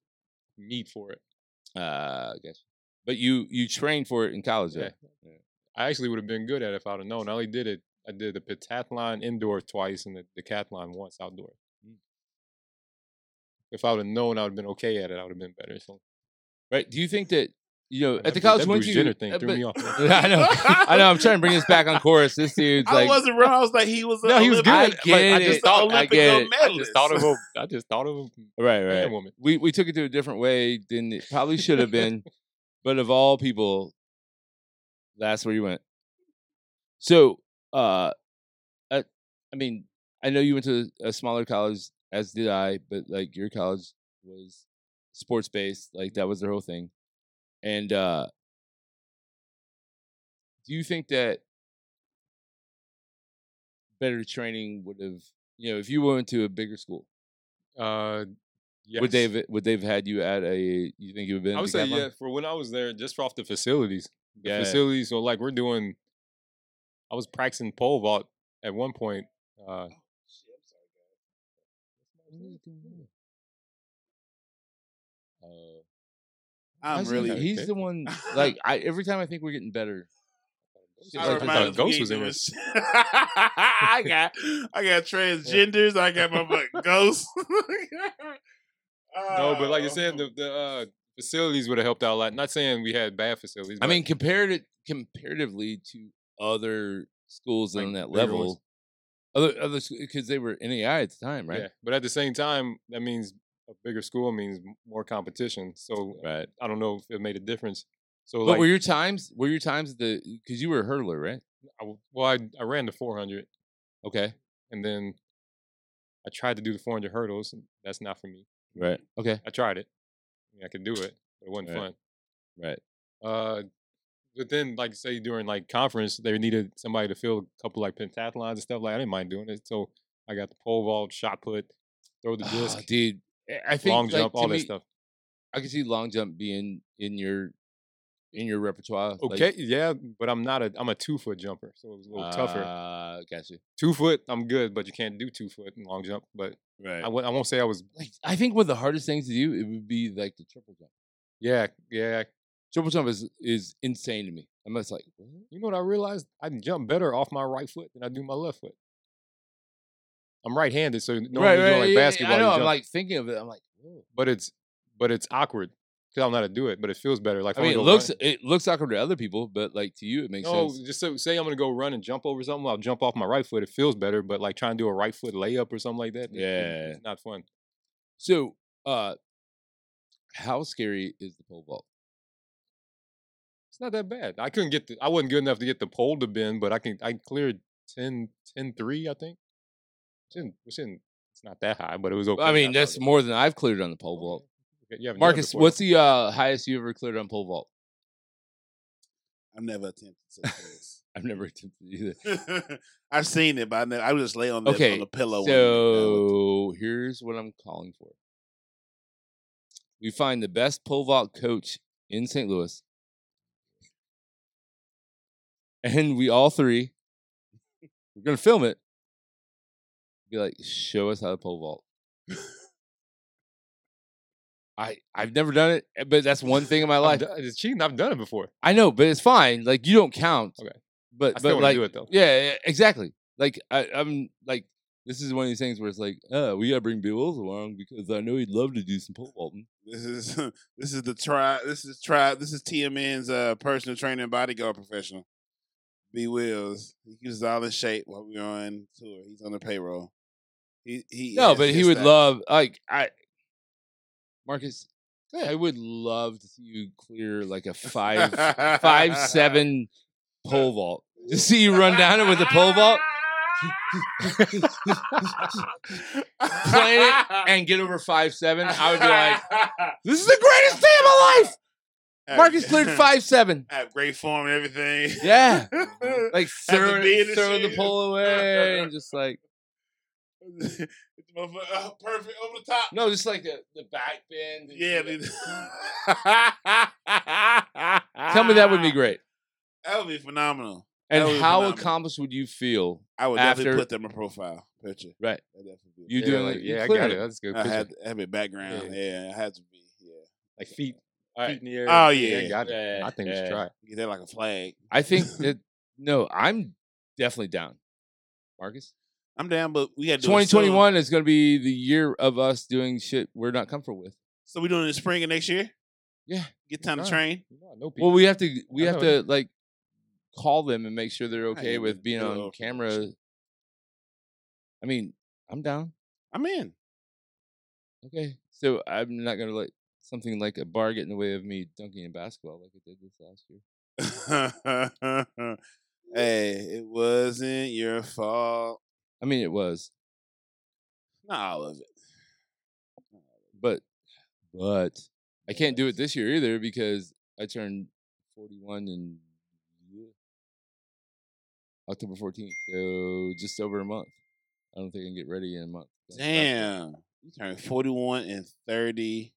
meet for it.
that. Uh, I guess. But you you trained for it in college,
Yeah.
though.
I actually would have been good at it if I'd have known. I only did it. I did the pentathlon indoor twice and the decathlon once outdoor.
Hmm.
If I would have known, I would have been okay at it. I would have been better. So
right? Do you think that you know
That
at the
Bru-
college
that
once
Bruce
you
Jenner thing
uh,
threw
but-
me off. man.
I know, I know. I'm trying to bring this back on course. This dude's
I
like
wasn't wrong. I was like, he was. a
no, he was
Olympic-
good.
I
like, I
get
just
it.
thought
I
Olympic
get it.
gold
I just thought of
medalist.
him. I just thought of him.
right,
Man,
right.
woman.
we we took it to a different way than it probably should have been, but of all people, that's where you went. So, uh, I, I mean, I know you went to a smaller college, as did I, but like your college was sports based, like that was their whole thing. And uh do you think that better training would have you know, if you went to a bigger school,
Uh, yes.
would they have, would they have had you at a? You think you would have been?
I would say
Decathlon?
yeah. For when I was there, just off the facilities, the
Yeah.
facilities. So like we're doing, I was practicing pole vault at one point. Uh,
Uh,
I'm
How's he-
really.
He's the one. Like I, every time I think we're getting better. Shit
I
like this
I thought
reminded
happens.
us
Ghost
we
was
ain't
in
doing shit. I got, I got transgenders. I got my butt ghost.
no, but like you
Oh.
said, the, the uh, facilities would have helped out a lot. Not saying we had bad facilities.
I
but
mean, compared it comparatively to other schools
Like
on that
bigger ones.
level, other other because they were NAI at the time, right?
yeah. But at the same time, that means a bigger school means m- more competition. So
Right.
I don't know if it made a difference. So
But
like,
were your times were your times at the because you were a hurdler, right?
I, well, I, I ran the 400,
Okay.
and then I tried to do the 400 hurdles. and That's not for me.
Right. Okay.
I tried it. I, mean, I could do it, but it wasn't
Right.
fun.
Right.
Uh, but then, like say during like conference, they needed somebody to fill a couple like pentathlons and stuff. Like I didn't mind doing it, so I got the pole vault, shot put, throw the
Ah,
disc,
dude. I- I think
long
like,
jump,
to
all that
me,
stuff.
I can see long jump being in your in your repertoire. like-
Okay, yeah, but I'm not a I'm a two foot jumper, so it was a little tougher.
Ah, gotcha.
Two foot, I'm good, but you can't do two foot in long jump. But I
Right.
I, w- I won't say I was.
like Eh. I think one of the hardest things to do it would be like the triple jump.
Yeah, yeah.
Triple jump is is insane to me. I'm just like, what?
You know what I realized? I can jump better off my right foot than I do my left foot. I'm right handed, so normally you're doing like
yeah, yeah,
basketball.
I know.
you
I'm
jump.
like thinking of it. I'm like, whoa.
but it's but it's awkward because I don't know how to do it, but it feels better. Like if
I
I'm
mean, it
gonna go
looks
run-
it looks awkward to other people, but like to you, it makes
No,
sense.
just so, say I'm gonna go run and jump over something. I'll jump off my right foot. It feels better, but like trying to do a right foot layup or something like that. it- it-
Yeah.
it's not fun.
So, uh, how scary is the pole vault?
It's not that bad. I couldn't get. The, I wasn't good enough to get the pole to bend, but I can. I cleared 10, 10 3, I think. Which isn't, which isn't. It's not that high, but it was okay.
I mean,
thought it
that's
was
more than I've cleared on the pole
okay.
vault.
Okay, you haven't done it
Marcus,
before.
what's the uh, highest you ever cleared on pole vault?
I've never attempted such things.
I've never attempted either.
I've seen it, but I, never, I would just lay on the
Okay,
on the pillow. and, uh, look.
So here's what I'm calling for. We find the best pole vault coach in St. Louis. And we all three, we're gonna film it. Be like, show us how to pole vault. I I've never done it, eh, but that's one thing in my
I've
life.
done- it's cheating. I've done it before.
I know, but it's fine. Like you don't count.
Okay.
But
I still
but
want
like
to do it though.
yeah, yeah, exactly. Like I, I'm like this is one of these things where it's like, uh, we gotta bring Bill Wills along because I know he'd love to do some pole vaulting.
This is this is the tribe. This is tribe. This is TMN's uh, personal trainer and bodyguard professional. B Wills. He keeps us all in shape while we're on tour. He's on the payroll. He he.
No,
has
but he
his
would
style.
love like I, Marcus. I would love to see you clear like a five five seven pole vault. To see you run down it with a pole vault Planet and get over five seven, I would be like, "This is the greatest day of my life." Marcus cleared five seven.
I have great form and everything.
Yeah. Mm-hmm. Like throwing,
bee in his
throwing the
shoe.
pole away and just like
Motherfucker, uh, perfect over the top.
no, just like the, the back bend. and
Yeah.
do that.
dude.
Tell me that would be great.
That would be phenomenal.
And
That would be
how
phenomenal.
accomplished would you feel?
I would
After-
definitely put that in my profile picture.
Right.
That'd definitely be
You
yeah,
doing
like,
it, you
yeah, I
cleared
got
it.
it. That's a good.
I
picture.
had I had a background. Yeah, it had to be. Yeah.
like feet,
All
feet
right.
in the air.
Oh, yeah.
I got it. I think we should try. it.
Get that like a flag.
I think that no, I'm definitely down. Marcus,
I'm down, but we got
2021 is going to be the year of us doing shit we're not comfortable with.
So we doing it in the spring of next year.
Yeah.
Get time to
Alright.
train.
No, no
Well,
people.
we have to we
I
have
know.
to like call them and make sure they're
I
okay
am
with being
good
on
old
camera. I mean, I'm down.
I'm in.
Okay. So I'm not gonna let something like a bar get in the way of me dunking in basketball like I did this last year.
hey, it wasn't your fault.
I mean, it was.
Not all of it.
But but I can't do it this year either because I turned 41 in October 14th, so just over a month. I don't think I can get ready in a month. So, uh,
Damn. You turned 41 and 30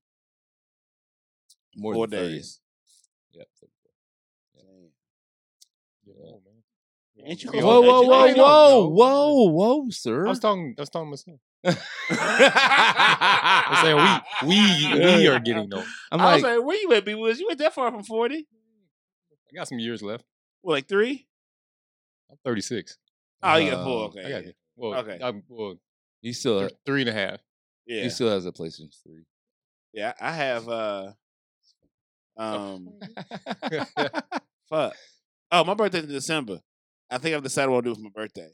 more
four
than 30.
days.
Yep. so-
Damn.
Yeah.
Yeah, come on, man. Yeah,
Ain't you
we
close
Whoa,
all-
to
whoa,
that.
whoa,
I don't
whoa,
know.
whoa, whoa,
I
sir.
was talking. I was talking to myself. I'm saying
I'm
we we we are getting old.
I
like,
was like, where you at, B Woods? You went that far from 40?
I got some years left.
Well, like three?
I'm 36.
Oh, you got four.
Uh,
Okay.
I got well,
Okay.
I'm, well,
he still
th- three and a half.
yeah.
he still has a PlayStation Three.
Yeah, I have uh
Oh.
um
I
fuck. Oh, my birthday's in December. I think I've decided what I'll do for my birthday.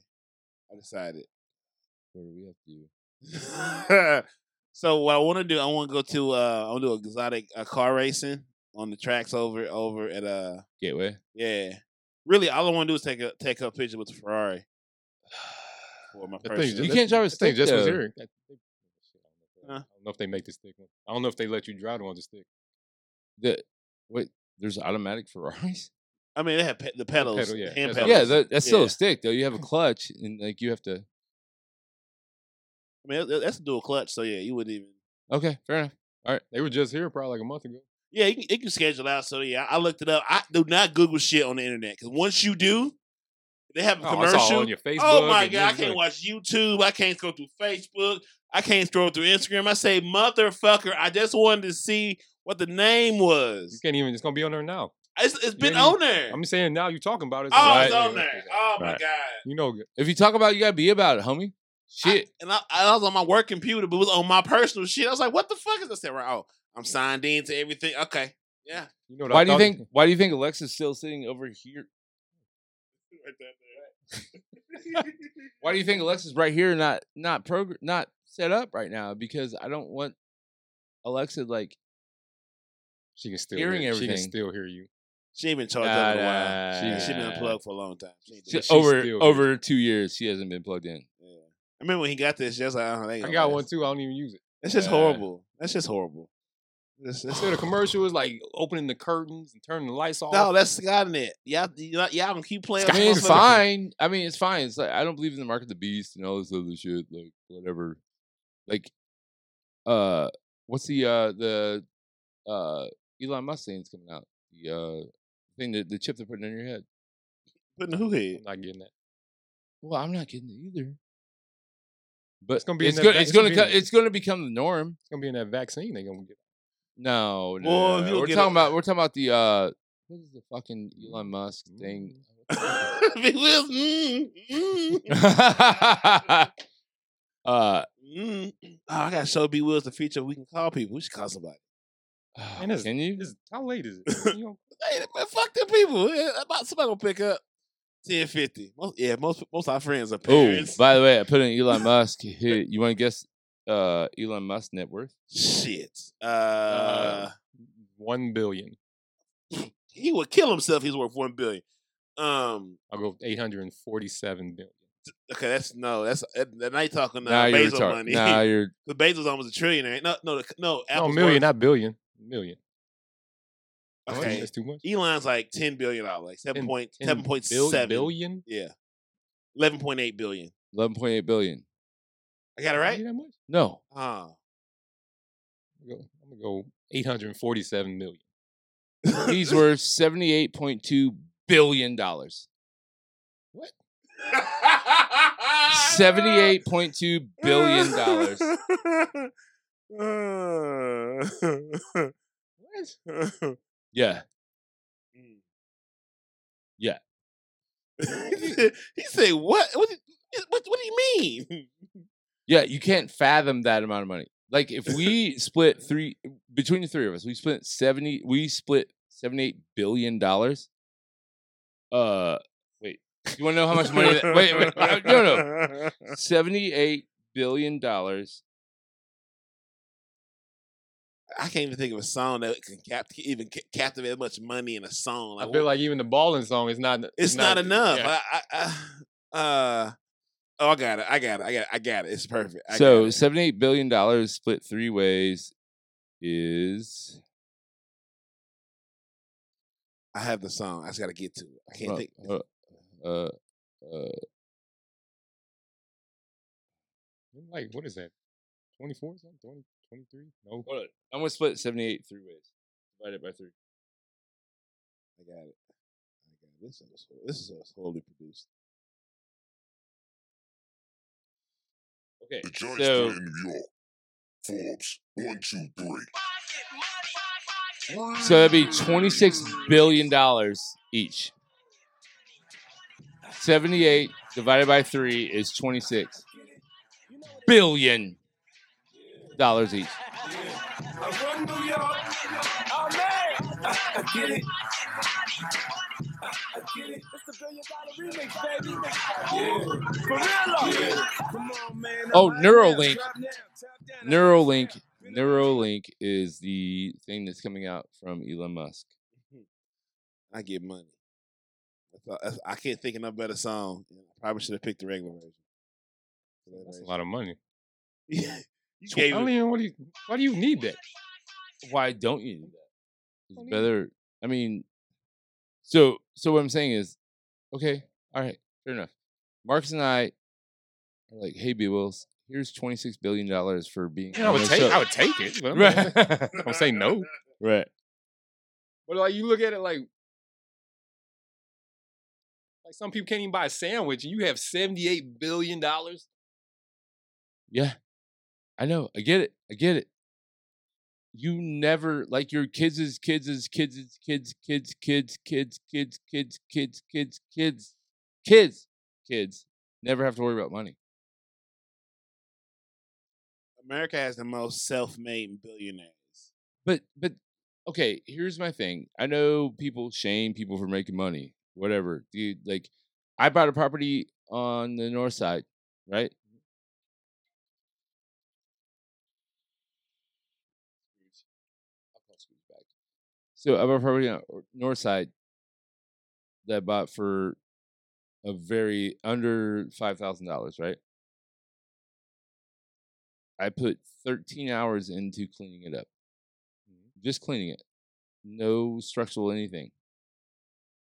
I decided.
What do we have to do?
so what I wanna do, I wanna go to uh I wanna do exotic uh, car racing on the tracks over over at uh
Gateway.
yeah. Really all I wanna do is take a take a picture with the Ferrari. For my
The thing
personal-
is-
You can't drive a stick
think just was
though.
here. I think- I
Huh?
don't know if they make the stick one. I don't know if they let you drive the one with the stick.
The- wait, there's automatic Ferraris.
I mean they have pe- the pedals,
pedal, yeah.
the hand
That's what
pedals.
Yeah,
I'm
that, that's still
Yeah.
a stick though. You have a clutch, and like you have to.
I mean that- that's a dual clutch, so yeah, you wouldn't even
Okay, fair enough.
All right, they were just here probably like a month ago.
Yeah, you can, it can schedule out. So yeah, I looked it up. I do not Google shit on the internet because once you do, they have a
Oh, I saw
commercial.
on your Facebook.
oh my
and
god, I
this
can't
and-
watch YouTube. I can't scroll through Facebook. I can't scroll through Instagram. I say motherfucker. I just wanted to see what the name
You
was.
can't even. It's gonna be on there now.
It's, it's been
Yeah, you-
on there.
I'm saying now you're talking about it.
oh,
like,
it's
yeah,
on
yeah,
there.
yeah.
Oh my
Right.
god.
You know, good.
If you talk about, it, you gotta be about it, homie. Shit.
And I, I was on my work computer, but it was on my personal shit. I was like, what the fuck is this? I said, oh, I'm signed in to everything. Okay. Yeah.
you know. What
why
I
do you
thought-
think? Why do you think Alexa's still sitting over here? Why do you think Alexa's right here, not not progr- not set up right now? Because I don't want Alexa like
she can still
hearing
hear, She
everything.
can still hear you.
She ain't been charged up in a while.
She-
She been
Nah.
unplugged for a long time. She ain't
She-
doing
she's
over
still-
over two years, she hasn't been plugged in.
Yeah. I remember when he got this, just like, oh, they
I
gonna
got
mess.
one too. I don't even use it.
That's just
Yeah.
horrible. That's just horrible. That's, that's,
So the commercial is like opening the curtains and turning the lights off.
no, that's Skynet. Y'all, y'all, y'all can keep playing.
I
with
mean, it's
motherfuckers.
fine. I mean, it's fine. It's like I don't believe in the mark of the beast and all this other shit. Like whatever. Like, uh, what's the uh the uh Elon Musk thing's coming out? The uh thing that the chip they're putting in your head.
Putting who head?
I'm not getting that.
Well, I'm not getting it either. But it's gonna
gonna be
be.
in
It's gonna.
that va-
It's
it's gonna
gonna,
be
co-
in-
it's gonna become the norm.
It's gonna be in that vaccine. They gonna get.
No, no.
Well, if
no,
you'll
We're
get
talking
a-
about. We're talking about the uh. What is the fucking Elon Musk thing?
It was, mm, mm,
uh,
mm. Oh, I got to show B Wills the feature. We can call people. We should call somebody. Oh,
it's-
can you?
It's, how late is it? You know,
Hey, man, fuck them people. Yeah, About somebody gonna pick up ten fifty. Most, yeah, most most of our friends are
Oh,
parents.
by the way, I put in Elon Musk. Here, you want to guess uh, Elon Musk net worth?
Shit. Uh,
One billion. Uh,
he would kill himself. if He's worth one billion. Um.
I'll go eight hundred and forty-seven billion.
Okay, that's no. That's that, that night talking. Uh,
Nah, you're
Bezos
retarded.
money.
Nah, you're
But Bezos almost a trillionaire. No, no, the- no.
No,
Apple's
million,
worth-
not billion. Million. How much?
Okay.
That's too much.
Elon's like ten billion dollars, like seven point seven point
Bill-
seven
billion?
Yeah, eleven point eight billion.
11.8 billion.
I got it
Is it
right. Uh,
That much?
No,
Huh.
I'm gonna go- I'm gonna go eight hundred and forty-seven million.
he's worth 78.2 billion dollars.
Ah!
78.2 billion dollars.
what?
Yeah,
he said, "What? What? did- What? What do you mean?"
yeah. You can't fathom that amount of money. Like if we split three between the three of us, we split 70. We split 78 billion dollars. Uh, wait. You want to know how much money? That, wait, wait, wait, no, no.
no.
78 billion dollars
I can't even think of a song that can cap- even ca- captivate that much money in a song.
I
what-
feel like even the balling song is not.
it's not, enough.
yeah.
I, I, I, uh, Oh, I got it. I got it. I got it. I got it. It's perfect. I
so
got it.
seventy-eight billion dollars split three ways is
I have the song. I just got to get to it. I can't
uh,
think.
uh, uh, uh,
Like, what is that? 24 something? 20, 23? No.
hold on. I'm gonna split seventy-eight three ways. Divide it by three.
I got it. I got it. This is this is wholly produced.
Okay.
The Giants
So
play in New York. Forbes, one, two, three.
so that'd be twenty-six billion dollars each. Seventy-eight divided by three is twenty-six billion dollars each. Oh, Neuralink. Neuralink. Neuralink is the thing that's coming out from Elon Musk.
I get money. That's all- that's- I can't think of no better song. I probably should have picked the regular version.
That's a lot of money.
you
I
gave
don't
it.
even, what do you, why do you need that?
Why don't you do that?
Don't
It's
need-
better. I mean, so so what I'm saying is, okay, all right, fair enough. Marcus and I are like, hey, B. Wills, here's twenty six billion dollars for being.
Yeah, I
on
would
the
take
show."
I would take it. But I'm
Right.
not- I don't say no.
right.
But like you look at it like like some people can't even buy a sandwich. and You have seventy-eight billion dollars.
Yeah, I know. I get it. I get it. You never like your kids' kids' kids' kids' kids' kids' kids' kids' kids' kids' kids' kids' kids' kids never have to worry about money.
America has the most self-made billionaires.
But but okay, here's my thing. I know people shame people for making money, whatever. Dude, like I bought a property on the north side, right? So I bought a property on the north side that I bought for a very under five thousand dollars, right? I put thirteen hours into cleaning it up just cleaning it, no structural anything.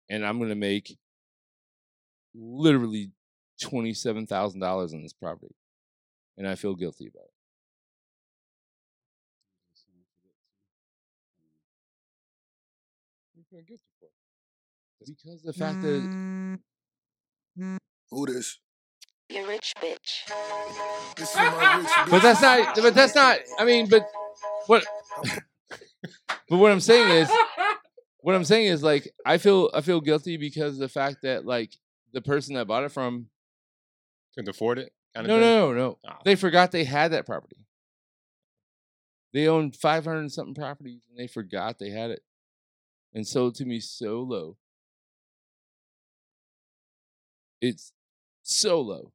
And I'm going to make literally $27,000 on this property. And I feel guilty about it. Because the fact that
Who this?
You rich bitch.
This is my rich bitch.
but that's not but that's not I mean but what but what I'm saying is what I'm saying is like I feel I feel guilty because of the fact that like the person I bought it from
Couldn't afford it. Kind
no, no, no, no.
Ah.
They forgot they had that property. They owned 500 and something properties and they forgot they had it and sold to me so low. It's so low.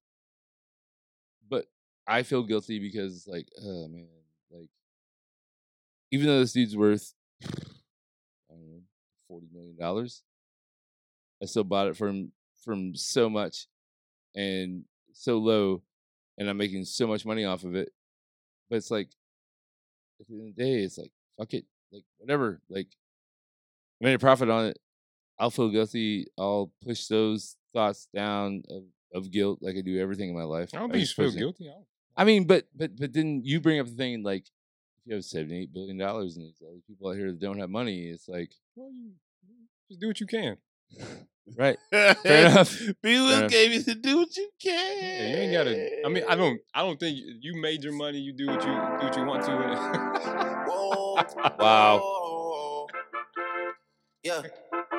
But I feel guilty because it's like, oh man, like, even though this dude's worth, I don't know, $40 million, I still bought it from from so much and so low and I'm making so much money off of it. But it's like at the end of the day, it's like fuck it. Like whatever. Like I made a profit on it. I'll feel guilty. I'll push those thoughts down of, of guilt like I do everything in my life.
I don't
I
think you
just
should feel
push it.
guilty. I don't-
I mean, but but but then you bring up the thing like if you have seventy eight billion dollars and these other people out here that don't have money, it's like
Well, you, you just do what you can.
right. Fair enough. Fair
People
enough.
gave you to do what you can.
Yeah, you ain't gotta. I mean, I don't. I don't think you- you made your money. You do what you do what you want to.
Wow.
Yeah.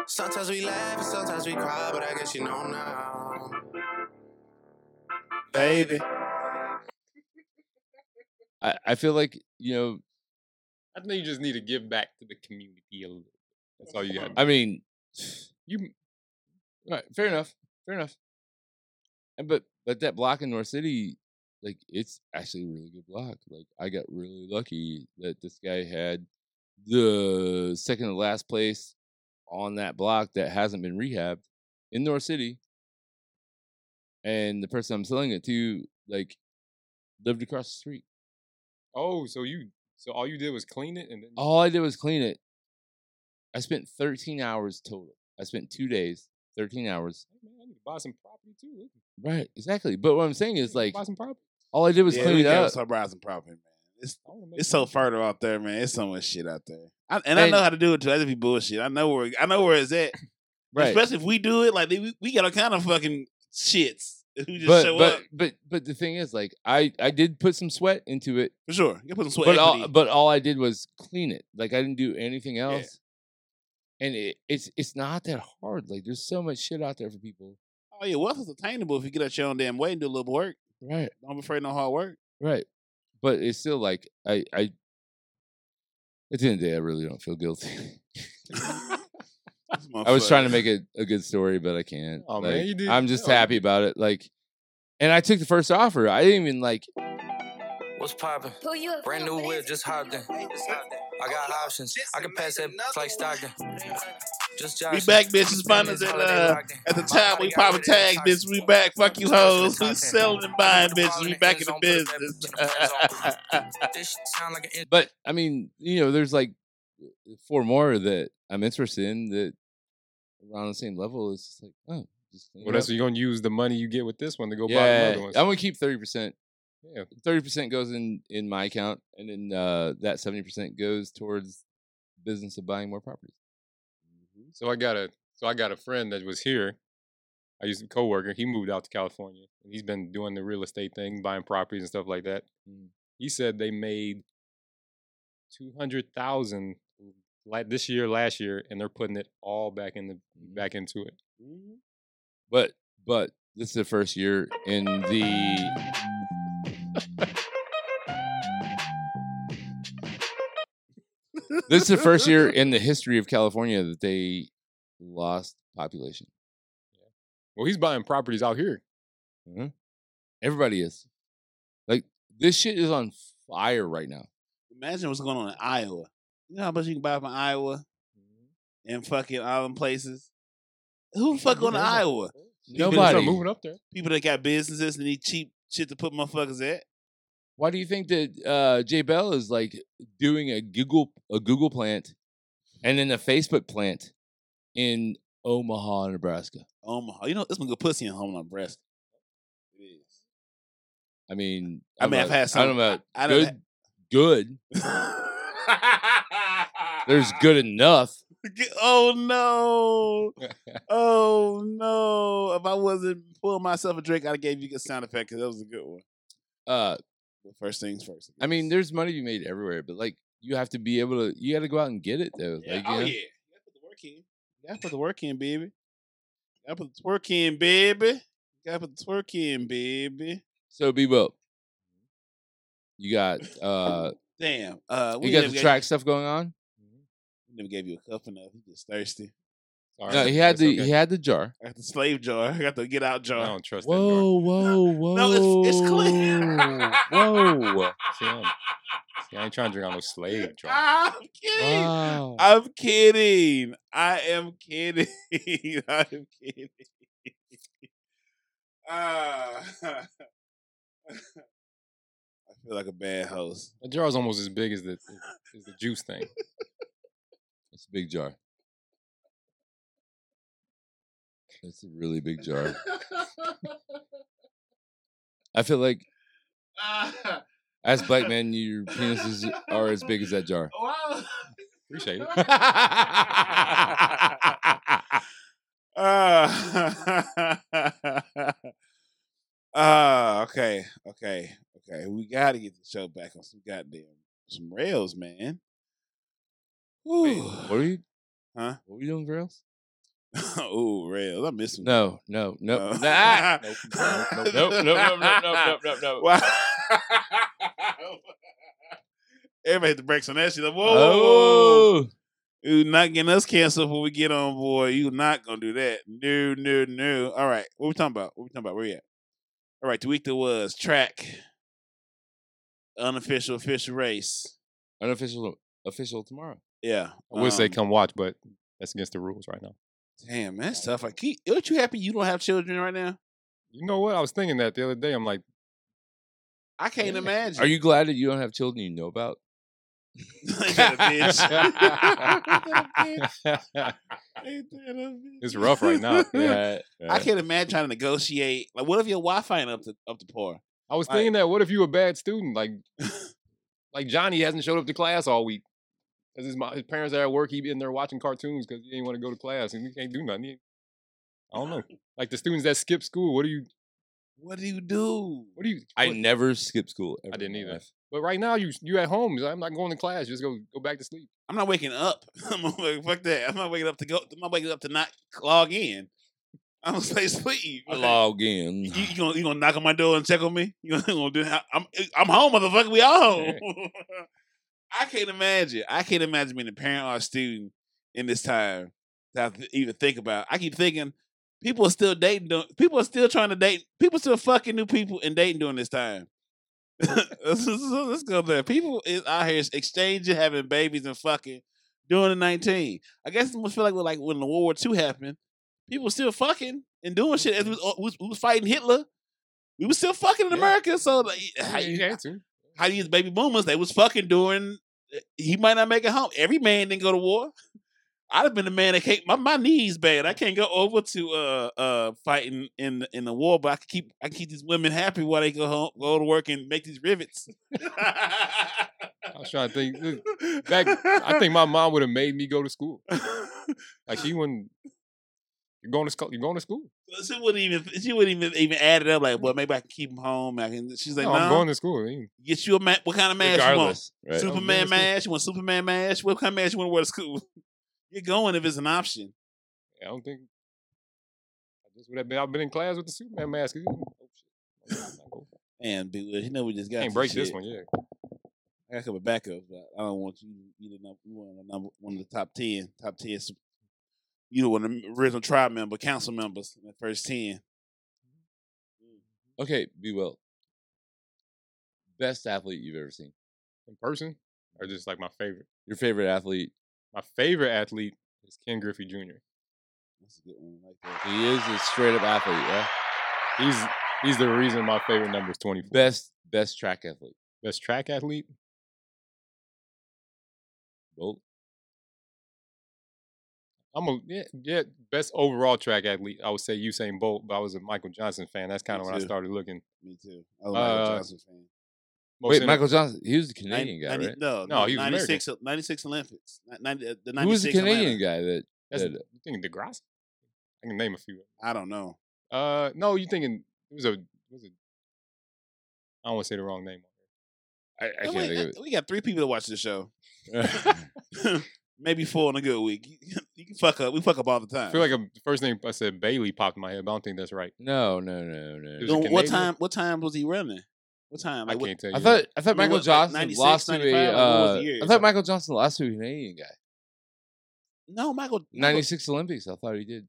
Sometimes we laugh and sometimes we cry, but I guess you know now.
baby.
I, I feel like, you know,
I think you just need to give back to the community a little. bit. That's all you got.
I mean
You
Right, fair enough. Fair enough. And but but that block in North City, like it's actually a really good block. Like I got really lucky that this guy had the second to last place on that block that hasn't been rehabbed in North City. and the person I'm selling it to like lived across the street.
Oh, so you so all you did was clean it and then
All I did was clean it. I spent 13 hours total. I spent two days, 13 hours.
Hey, man, I need to buy some property too. Look,
Right, exactly. But what I'm saying is like
buy some property.
all I did was
yeah,
clean
we
it
gotta
up.
stop rising property, man. It's
I wanna make
it's
some-
so fertile out there, man. It's so much shit out there. I, and, I
And-
know how to do it too. I just be bullshit. I know where I know where it's at.
Right.
Especially if we do it, like we, we got all kind of fucking shits who just
but
show
but
up
but but the thing is like I I did put some sweat into it,
for sure. You put some sweat.
but all
equity.
but all I did was clean it. Like I didn't do anything else. And it, it's it's not that hard. Like there's so much shit out there for people.
oh yeah, wealth is attainable if you get out your own damn way and do a little work.
Right.
Don't be afraid of no hard work.
Right. But it's still like I I at the end of the day I really don't feel guilty. I was trying to make it a good story, but I can't.
Oh, man,
Like,
you did-
I'm just
no.
happy about it. Like and I took the first offer. I didn't even like
What's poppin'?
Who you a
Brand new whip, just hopped in. I got
Oh,
options. I can pass that like Stockton. Just
We
Johnson.
back, bitches. Find us at, uh, at the time we pop a tag, bitch. We back. Fuck you, hoes. We selling and buying, bitches. We back in the business.
This shit sound like an
but I mean, you know, there's like four more that I'm interested in that around the same level. It's just like, oh, just clean
Well,
it
that's
up.
what you're gonna use the money you get with this one to go buy
yeah.
another one.
I'm gonna keep thirty percent.
Yeah.
Thirty percent goes in in my account, and then uh, that seventy percent goes towards business of buying more properties.
So I got a so I got a friend that was here. I used to coworker. He moved out to California. And he's been doing the real estate thing, buying properties and stuff like that.
Mm.
He said they made two hundred thousand like this year, last year, and they're putting it all back in the
Mm.
back into it.
But but this is the first year in the this is the first year in the history of California that they lost population.
Well, he's buying properties out here.
Mm-hmm. Everybody is like this shit is on fire right now.
Imagine what's going on in Iowa. You know how much you can buy from Iowa and fucking all them places. Who the fuck going to Iowa? People that-
People start
Nobody.
moving up there.
People that got businesses and need cheap shit to put motherfuckers at.
Why do you think that uh, Jay Bell is like doing a Google a Google plant and then a Facebook plant in Omaha, Nebraska?
Omaha. Um, You know, it's some good pussy in Omaha, Nebraska. It is.
I mean,
I
don't
mean,
know-
I've had
I don't
some-
know.
I-
about
I done
good, good. There's
Ah.
good enough.
Oh no. Oh no! If I wasn't pulling myself a drink, I'd gave you a sound effect because that was a good one.
Uh,
But first things first.
I mean,
guess.
there's money to be made everywhere, but like you have to be able to. You got to go out and get it though.
Yeah.
Like, you
oh
know?
yeah, you gotta put the work in. You gotta put the work in, baby. You gotta put the work in, baby. You gotta put the work in, baby.
So be well. You got uh,
Damn. Uh,
you
we
got
never
the
gave-
track stuff going on.
we never gave you a cup enough. You just thirsty.
All
No,
right,
he had
that's
the
okay.
he had the jar.
I got the slave jar. I got the get out
I
jar.
don't trust that.
Whoa, whoa, whoa!
No, it's- it's clean.
whoa!
Jar. See, I ain't trying to drink on no slave jar.
Ah, I'm kidding.
Wow.
I'm kidding. I am kidding. I am kidding. Ah. I feel like a bad host.
That jar's almost as big as the as the juice thing.
It's a big jar. It's a really big jar. I feel like
Ah.
as black men, your penises are as big as that jar.
wow.
Appreciate it.
Ah. Ah, okay, okay, okay. We got to get the show back on some goddamn some rails, man.
Wait,
Whew.
what are you?
Huh?
What are we doing, girls?
Ooh, rails. I miss them.
No, no, no.
No.
Nah. Nope, nope, nope, nope, nope, nope, nope, nope, nope, nope.
Wow. Everybody hit the brakes on that shit. Like, whoa, whoa, whoa, whoa.
Oh,
you not getting us canceled when we get on board. You not gonna do that. No, no, no. All right, what we talking about? What we talking about? Where we at? All right, the week that was track, unofficial official race.
unofficial, official tomorrow.
Yeah,
I would say
um,
come watch, but that's against the rules right now.
Damn, man, that's tough. Like, aren't you happy you don't have children right now?
You know what? I was thinking that the other day. I'm like,
I can't
Yeah.
imagine.
Are you glad that you don't have children you know about?
Ain't that a bitch? Ain't that a bitch?
it's rough right now. Yeah.
I can't imagine trying to negotiate. Like, what if your Wi-Fi ain't up to up to par?
I was
Like-
thinking that. What if you a bad student? Like, like Johnny hasn't showed up to class all week because his, mo- his parents are at work. He in there watching cartoons because he didn't want to go to class and he can't do nothing. He- I don't know. Like the students that skip school. What do you?
What do you do?
What do you?
I
what-
never skipped school. ever in
didn't
my
either.
life.
But right now you you at home. You're like, I'm not going to class. Just go go back to sleep.
I'm not waking up. I'm like, fuck that. I'm not waking up to go. I'm not waking up to not log in. I'm gonna stay sleep.
I
Like,
log in.
You, you gonna you gonna knock on my door and check on me? You gonna, you gonna do? that? I'm eh, I'm home, motherfucker. We all home. I can't imagine. I can't imagine being a parent or a student in this time to have to even think about. I keep thinking people are still dating. du- People are still trying to date. People still fucking new people and dating during this time. let's, let's- let's go there. People is out here exchanging, having babies, and fucking during the nineteen. I guess it must feel like when- like when the World War II happened, people still fucking and doing shit. As we was, we was- we was fighting Hitler, we was still fucking in
Yeah.
America. So like, how
Yeah,
you,
had to.
how these baby boomers they was fucking doing. eh, He might not make it home. Every man didn't go to war. I'd have been the man that can't. My, my knees bad. I can't go over to uh uh fighting in the- in the war, but I can keep I can keep these women happy while they go home, go to work and make these rivets.
I was trying to think. Look, Back, I think my mom would have made me go to school. Like she wouldn't. You're going to school. You're going to school.
she wouldn't even she wouldn't even even add it up. Like, well, maybe I can keep him home. I can. She's like,
no,
no,
I'm going to school. You-
get you a ma- what kind of mask you want?
Regardless, right?
Super- I'm going
Superman
to school.
mask? You want Superman mask? What kind of mask you want to wear to school? You're going if it's an option.
I don't think. I just would have been. I've been in class with the Superman mask. You- oh, shit. I'm not going.
Man, be with you know we just got
Can't
some
break this
shit.
one. Yeah.
I got a couple backups. But I don't want you you the number one of the number one of the top ten, top ten. sup- You know, one of the original tribe member, council members in the first ten.
Okay, be well. Best athlete you've ever seen.
In person, or just like my favorite.
Your favorite athlete.
My favorite athlete is Ken Griffey Jr.
That's a good one. I like that.
He is a straight up athlete. Yeah.
He's he's the reason my favorite number is 24.
Best best track athlete.
Best track athlete.
Bolt.
I'm a yeah, yeah best overall track athlete. I would say Usain Bolt, but I was a Michael Johnson fan. That's kind of
Me
when I
too.
started looking.
Me too. I was a Michael
Uh,
Johnson fan.
Most
Wait,
inter-
Michael Johnson. He was the
Nin-
Canadian guy,
90
right?
No,
No, he was
96, 96 Olympics. Ni- 90, uh, the 96
Who was the Canadian
Olympics.
guy that?
That's,
that- uh,
you thinking DeGrasse? I can name a few.
I don't know.
Uh, no, you thinking it was a it was a. I don't want to say the wrong name.
I, I
No,
can't
wait,
think of
uh, We got three people that watch this show.
it.
Maybe four in a good week. You can fuck up. We fuck up all the time.
I feel like a, the first name I said Bailey popped in my head, but I don't think that's right.
no, no, no, no.
He was a
Then what
Canadian?
time? What time was he running? What time?
I
Like, what-
can't tell you.
I thought I
mean,
thought Michael
what, like,
Johnson
96,
lost to
95?
a.
Like, what was
Uh,
the year?
I thought Michael Johnson lost to a Canadian guy.
no, Michael.
Ninety
Michael-
six Olympics. I thought he did.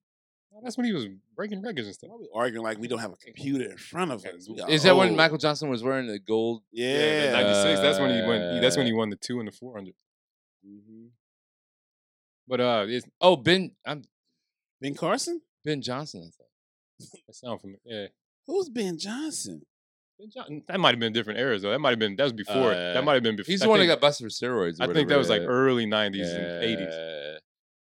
Oh, that's when he was breaking records and stuff.
Why we arguing like we don't have a computer in front of us? We are
Is that
Oh.
when
old.
Michael Johnson was wearing the gold?
Yeah.
ninety six. That's when he won. That's
Uh,
when he won the two and the four hundred.
Mm-hmm.
Mhm.
But uh, it's,
Oh, Ben. I'm
Ben Carson?
Ben Johnson. I thought.
that sound familiar. Yeah,
Who's Ben Johnson?
Ben Johnson- that might have been different eras though. That might have been that was before. it.
Uh,
that might have been before.
He's the one that got busted for steroids. or
I think that
whatever,
was like
yeah.
early nineties and eighties.
Yeah.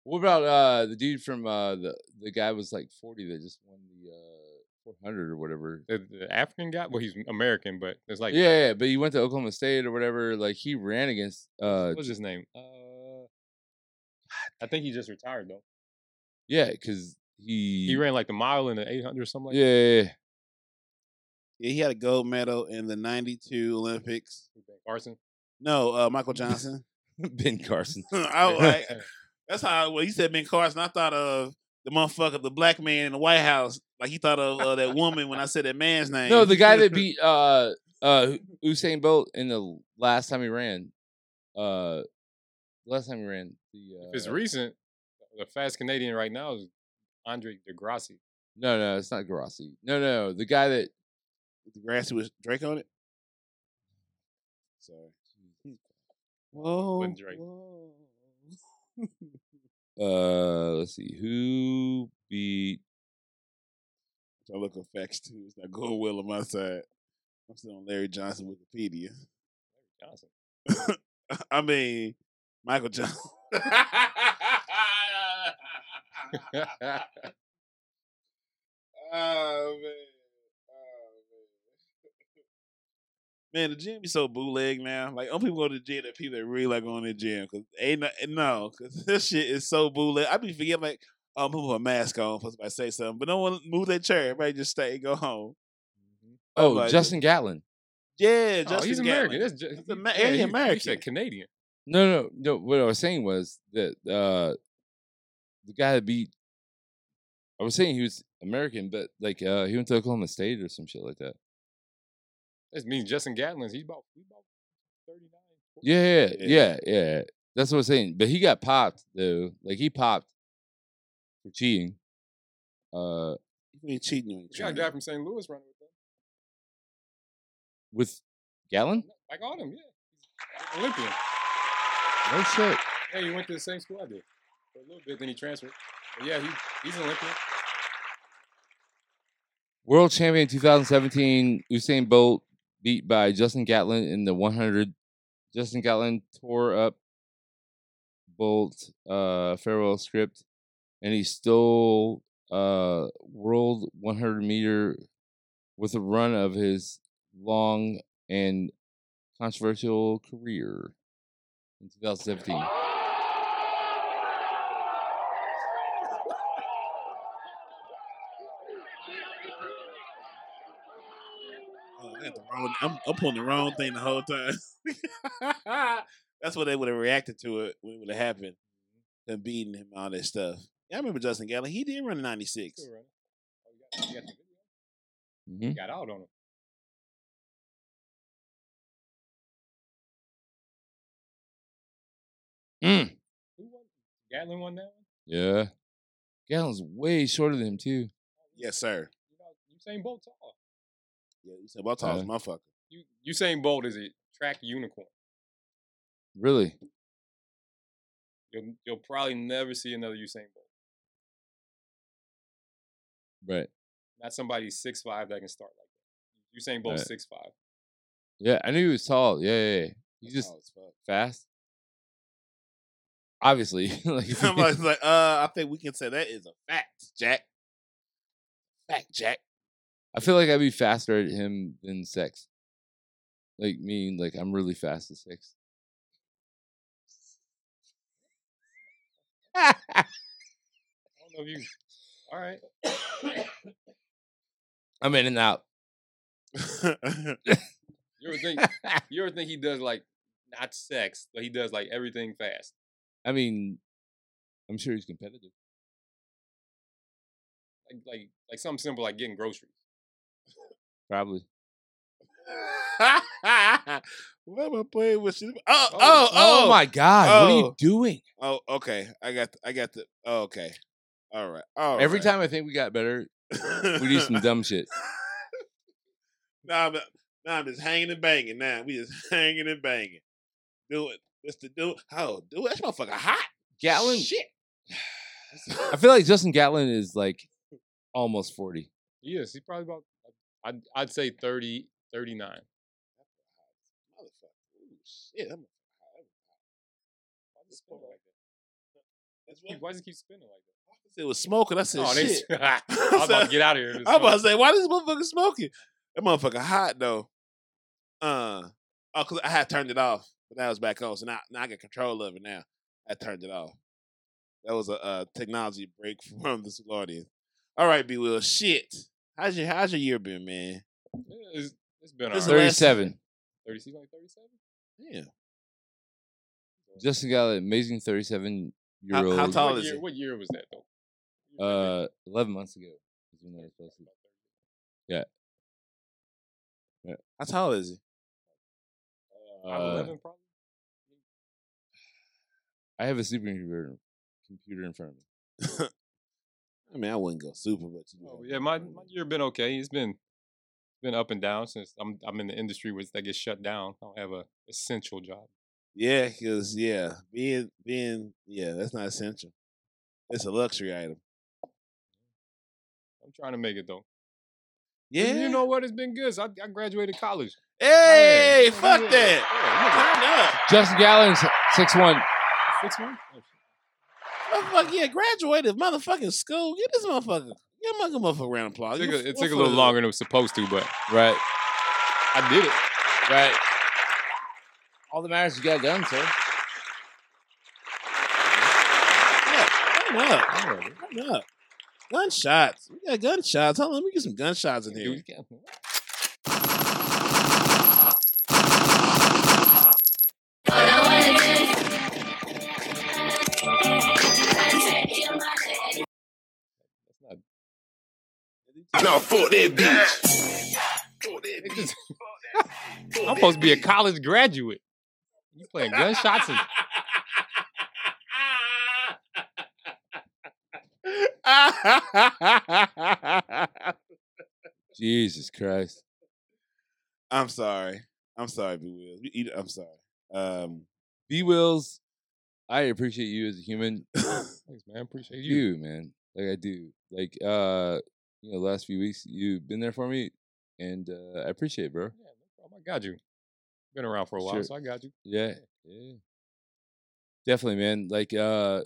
What about uh, the dude from uh, the the guy was like forty that just won the uh, four hundred or whatever.
The, the African guy. Well, he's American, but it's like
yeah, yeah, but he went to Oklahoma State or whatever. Like he ran against. Uh,
What's his name? Uh, I think he just retired though.
yeah, because he
He ran like the mile and the 800 or something like
Yeah, yeah, yeah.
Yeah, he had a gold medal in the '92 Olympics.
that. Carson.
No, uh, Michael Johnson.
Ben Carson.
I was
uh,
like, that's how. Well, you said Ben Carson. I thought of the motherfucker, the black man in the White House. Like he thought of uh, that woman when I said that man's name.
No, the guy that beat uh uh Usain Bolt in the l- last time he ran. Uh, last time he ran the. Uh,
if it's recent, the fast Canadian right now is Andre DeGrassi.
No, no, it's not Grassi. No, no, the guy that
the grassy with Drake on it. Sorry. Whoa.
Wasn't Drake.
whoa.
uh let's see who beat
I look up facts too. It's not going well on my side. I'm still on Larry Johnson Wikipedia.
Johnson.
I mean, Michael Johnson. Oh man. Oh, man. Man, the gym be so bootleg now. Like, only people go to the gym that people that really like going to the gym. Cause ain't no, eh, no, cause this shit is so bootleg. I be forgetting like, oh, I'm gonna put a mask on. Supposed to say something, but no one move that chair. Everybody just stay and go home.
Oh,
like,
Justin Gatlin.
Yeah,
Mm-hmm. Oh,
Justin
he's
Gatlin.
American. That's just,
He's Ama- yeah, he American.
You said Canadian.
No, no, no. What I was saying was that uh, the guy that beat. I was saying he was American, but like uh, he went to Oklahoma State or some shit like that.
That means Justin Gatlin's. He's about, he's about 39. 40.
Yeah, yeah, yeah,
Yeah.
yeah. That's what I'm saying. But he got popped though. Like he popped for cheating. Uh,
You ain't cheating. You ain't
You got a
cheating.
guy from St. Louis running with them.
with Gallon?
Like all them, yeah. He's an Olympian.
No shit.
Yeah, he went to the same school I did for a little bit, then he transferred. But yeah, he, he's an Olympian.
World champion 2017, Usain Bolt beat by Justin Gatlin in the 100. Justin Gatlin tore up Bolt uh, farewell script, and he stole uh, world 100 meter with a run of his long and controversial career in 2017.
Oh, I got the wrong- I'm, I'm pulling the wrong thing the whole time. That's what they would have reacted to it when it would have happened. Them beating him, all that stuff. Yeah, I remember Justin Gatlin. He did run a 96.
Still running. Oh, you got, you got the video?
Mhm.
You got out on him.
Mm.
Who won? Gatlin won that one?
Yeah. Gatlin's way shorter than him, too.
Yes, sir.
You know, Usain Bolt tall.
Yeah, you said about tall
Uh,
motherfucker.
You, Usain Bolt is a track unicorn.
Really?
You'll, you'll probably never see another Usain Bolt.
Right.
Not somebody six five that can start like that. Usain Bolt's
Right.
six five.
Yeah, I knew he was tall. Yeah, yeah, yeah. He's just
Tall as fuck.
fast. Obviously, like if
I'm
you-
like, like, uh, I think we can say that is a fact, Jack. Fact, Jack.
I feel like I'd be faster at him than sex. Like meaning, like I'm really fast at sex.
I don't know if you. All right.
I'm in and out.
You ever think? you ever think he does like not sex, but he does like everything fast.
I mean, I'm sure he's competitive.
Like like like something simple like getting groceries.
Probably.
what am I playing with? Shit? Oh, oh,
Oh,
oh,
my god! What are you
Oh.
doing?
Oh, okay. I got. The, I got the. Oh, okay. All right. All
Every
right.
time I think we got better, we do some dumb shit.
Nah, I'm, nah, I'm just hanging and banging. Now we just hanging and banging. Do it. That's the do. Oh, do it. That's motherfucker hot.
Gatlin.
Shit.
I feel like Justin Gatlin is like almost forty.
He is. He's probably about. I'd I'd say 30, 39.
Motherfucker. Ooh, shit. I'm
Why
that's
does
what
he keep spinning like that?
it was smoking. I said,
Oh, they,
shit.
I was about to get out of here.
I'm about to say, why this motherfucker smoking? That motherfucker hot though. Uh, oh, cause I had turned it off, but now it's back on. So now, now I got control of it. Now I turned it off. That was a, uh technology break from the Solardian. All right, B Will. Shit, how's your how's your year been, man?
It's, it's been all
This is
right.
the last-
Thirty-seven.
30, he's only 37?
Yeah,
Justin Gatlin, amazing thirty-seven year
How-
old.
how tall
what
is
year,
he?
What year was that, though?
Uh, eleven months ago. is when they were supposed to-
how tall is he?
Five
uh,
eleven, probably?
I have a supercomputer computer in front of me.
I mean, I wouldn't go super, but you know,
Oh, yeah, my, my year been okay. It's been been up and down since I'm I'm in the industry where that gets shut down. I don't have a essential job.
yeah, cause yeah, being being yeah, that's not essential. It's a luxury item.
I'm trying to make it though.
Yeah.
You know what? It's been good. So I, I graduated college.
Hey,
Oh, Yeah.
fuck
Yeah. Oh,
that.
Yeah,
Turn up.
Justin Gallon's six one.
you got Six months. Oh,
Motherfucker, Oh, yeah, graduated motherfucking school. Get this motherfucker. Get a motherfucker motherfucker a round of applause.
It took,
You
a, it
f-
took a
motherfucker.
little longer than it was supposed to, but
Right,
I did it.
right. All the matters you got done, sir.
Yeah, turn up. Turn up. Gunshots. We got gunshots. Hold on, let me get some gunshots in here.
Dude, you can't-
Now fuck that bitch.
It's just- I'm supposed to be a college graduate. You playing gunshots and
Jesus Christ.
I'm sorry. I'm sorry, B. Will. You- you- I'm sorry. Um,
B Wills, I appreciate you as a human.
Thanks, man. Appreciate you.
you, man. Like I do. Like uh, you know, last few weeks you've been there for me, and uh, I appreciate it, bro.
Yeah, no problem. I got you. Been around for a while,
Sure.
so I got you.
Yeah, yeah, definitely, man. Like uh,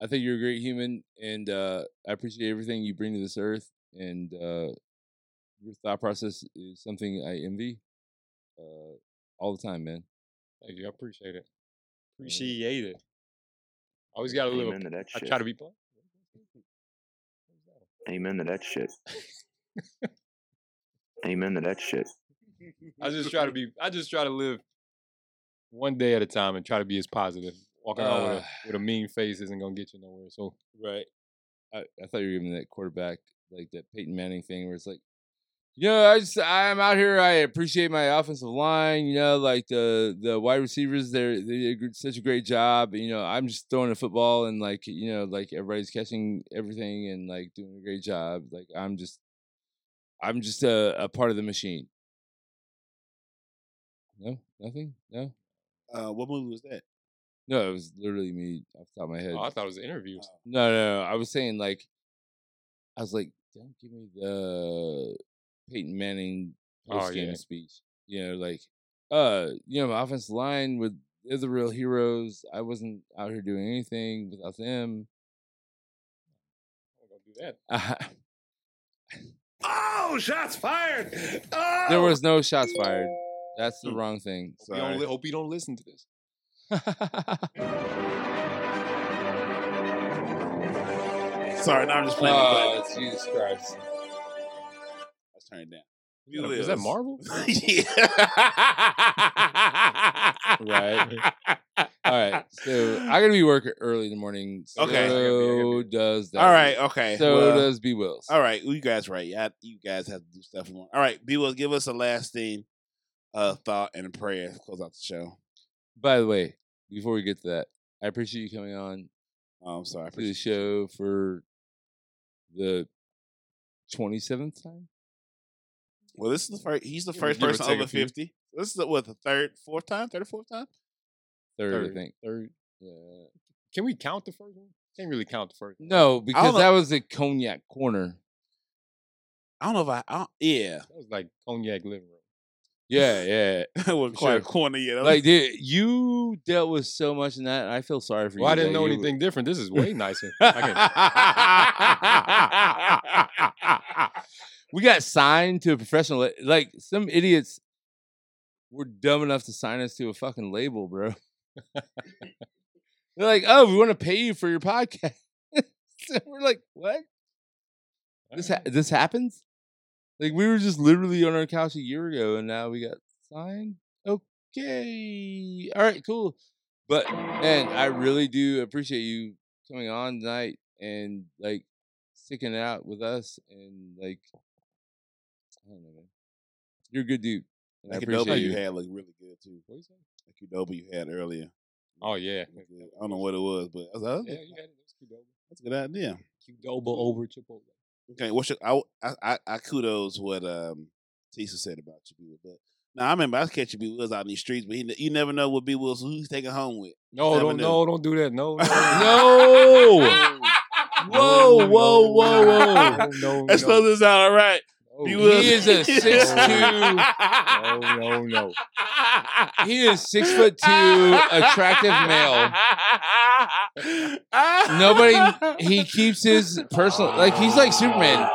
I think you're a great human, and uh, I appreciate everything you bring to this earth, and uh, your thought process is something I envy. Uh, all the time, man.
Thank you. I appreciate it. Appreciate it. Always got to live.
Amen to that
I
shit.
try to be.
Amen to that shit. Amen to that shit.
I just try to be. I just try to live one day at a time and try to be as positive. Walking around with
Uh,
a, with a mean face isn't gonna get you nowhere. So
Right. I, I thought you were giving that quarterback like that Peyton Manning thing where it's like, you know, I just I'm out here. I appreciate my offensive line. You know, like the the wide receivers, they're they did a gr- such a great job. You know, I'm just throwing a football and like you know, like everybody's catching everything and like doing a great job. Like I'm just, I'm just a, a part of the machine. No, nothing. No,
uh, what movie was that?
no. It was literally me off the top of my head.
oh, I thought it was an interview.
No, no, no. I was saying like, I was like, don't give me the Peyton Manning
Oh,
post game
yeah.
speech. You know, like, uh, you know, my offensive line with they're the real heroes. I wasn't out here doing anything without them.
I'm gonna do that.
Oh, shots fired. Oh.
there was no shots fired. That's the
Hmm.
wrong thing.
Hope you, don't
Sorry.
li- hope you don't listen to this.
Sorry, now I'm just playing.
oh,
but
Jesus Christ!
let's turn it down.
Is that- Is that
Marvel?
Marvel?
yeah.
Right. All right, so I gotta be working early in the morning. So
Okay.
does that?
All right. Okay.
So
well,
does B Wills.
all right. You guys right. Yeah, you guys have to do stuff. More. All right. B will give us a last thing, uh, thought and a prayer. to Close out the show.
By the way, before we get to that, I appreciate you coming on
Oh, I'm sorry. I
to the
appreciate-
show for the twenty seventh time.
Well, this is the first. He's the
Give or-
first
give or
person
take a
over
few.
fifty. This is the, what the third, fourth time, third or fourth time.
Third, I
Third,
think.
third.
Yeah.
Can we count the first one? Can't really count the first.
No, because
know.
that was the cognac corner.
I don't know if I. I don't, yeah.
That was like cognac living room.
Yeah, yeah.
I wasn't quite
sure.
a corner yet. I was-
like dude, you dealt with so much in that, and I feel sorry for
Well,
you.
I didn't
that
know
you-
anything different. This is way nicer. I can,
we got signed to a professional. la- Like some idiots were dumb enough to sign us to a fucking label, bro. They're like, "Oh, we want to pay you for your podcast." So we're like, "What? This ha- this happens?" Like we were just literally on our couch a year ago, and now we got signed. Okay, all right, cool. But man, I really do appreciate you coming on tonight and like sticking it out with us and like I don't know, man. You're a good dude. and I
That Qdoba
appreciate
you
you.
had looked really good too.
What you say?
That Qdoba you had earlier.
Oh yeah.
looked good. I don't know what it was, but I was like,
Yeah,
"That's-
you had it. It was Qdoba.
that's a good idea.
Qdoba over Chipotle.
Okay, what's your, I, I I I kudos what um Tisa said about you, B. Will, But now I remember I was catching B Wills out in these streets, but he, ne- you never know what B Wills who he's taking home with.
No,
Never
don't
knew.
no, don't do that. No, no,
No! Whoa, whoa, whoa, whoa.
no, no,
Let's
no.
close this out. All right,
Oh,
You
He
will-
is a six two.
no, Oh, no, no.
He is six foot two, attractive male. Nobody. He keeps his personal. Like he's like Superman.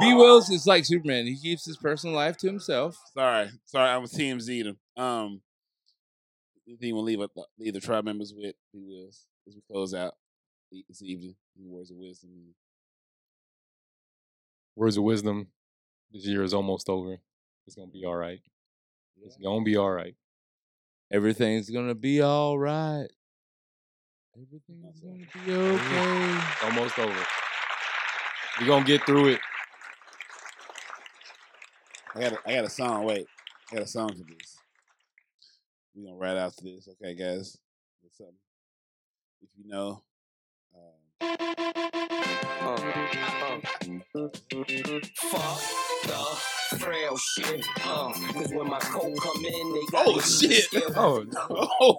B. Wills is like Superman. He keeps his personal life to himself.
Sorry, sorry, I was TMZ'd him. Um, anything we'll leave, leave the tribe members with, he will, as we close out e- this evening, in words of wisdom.
Words of wisdom. This year is almost over. It's gonna be all right. It's gonna be all right.
Everything's gonna be all right. Everything's gonna be okay.
It's almost over. We're gonna get through it.
I got, a, I got a song. Wait, I got a song for this. We gonna ride out to this, okay, guys? What's up? If you know, um,
Uh, Fuck the frail shit. Uh, Cause when my coat come in, they got
Oh, shit.
Oh,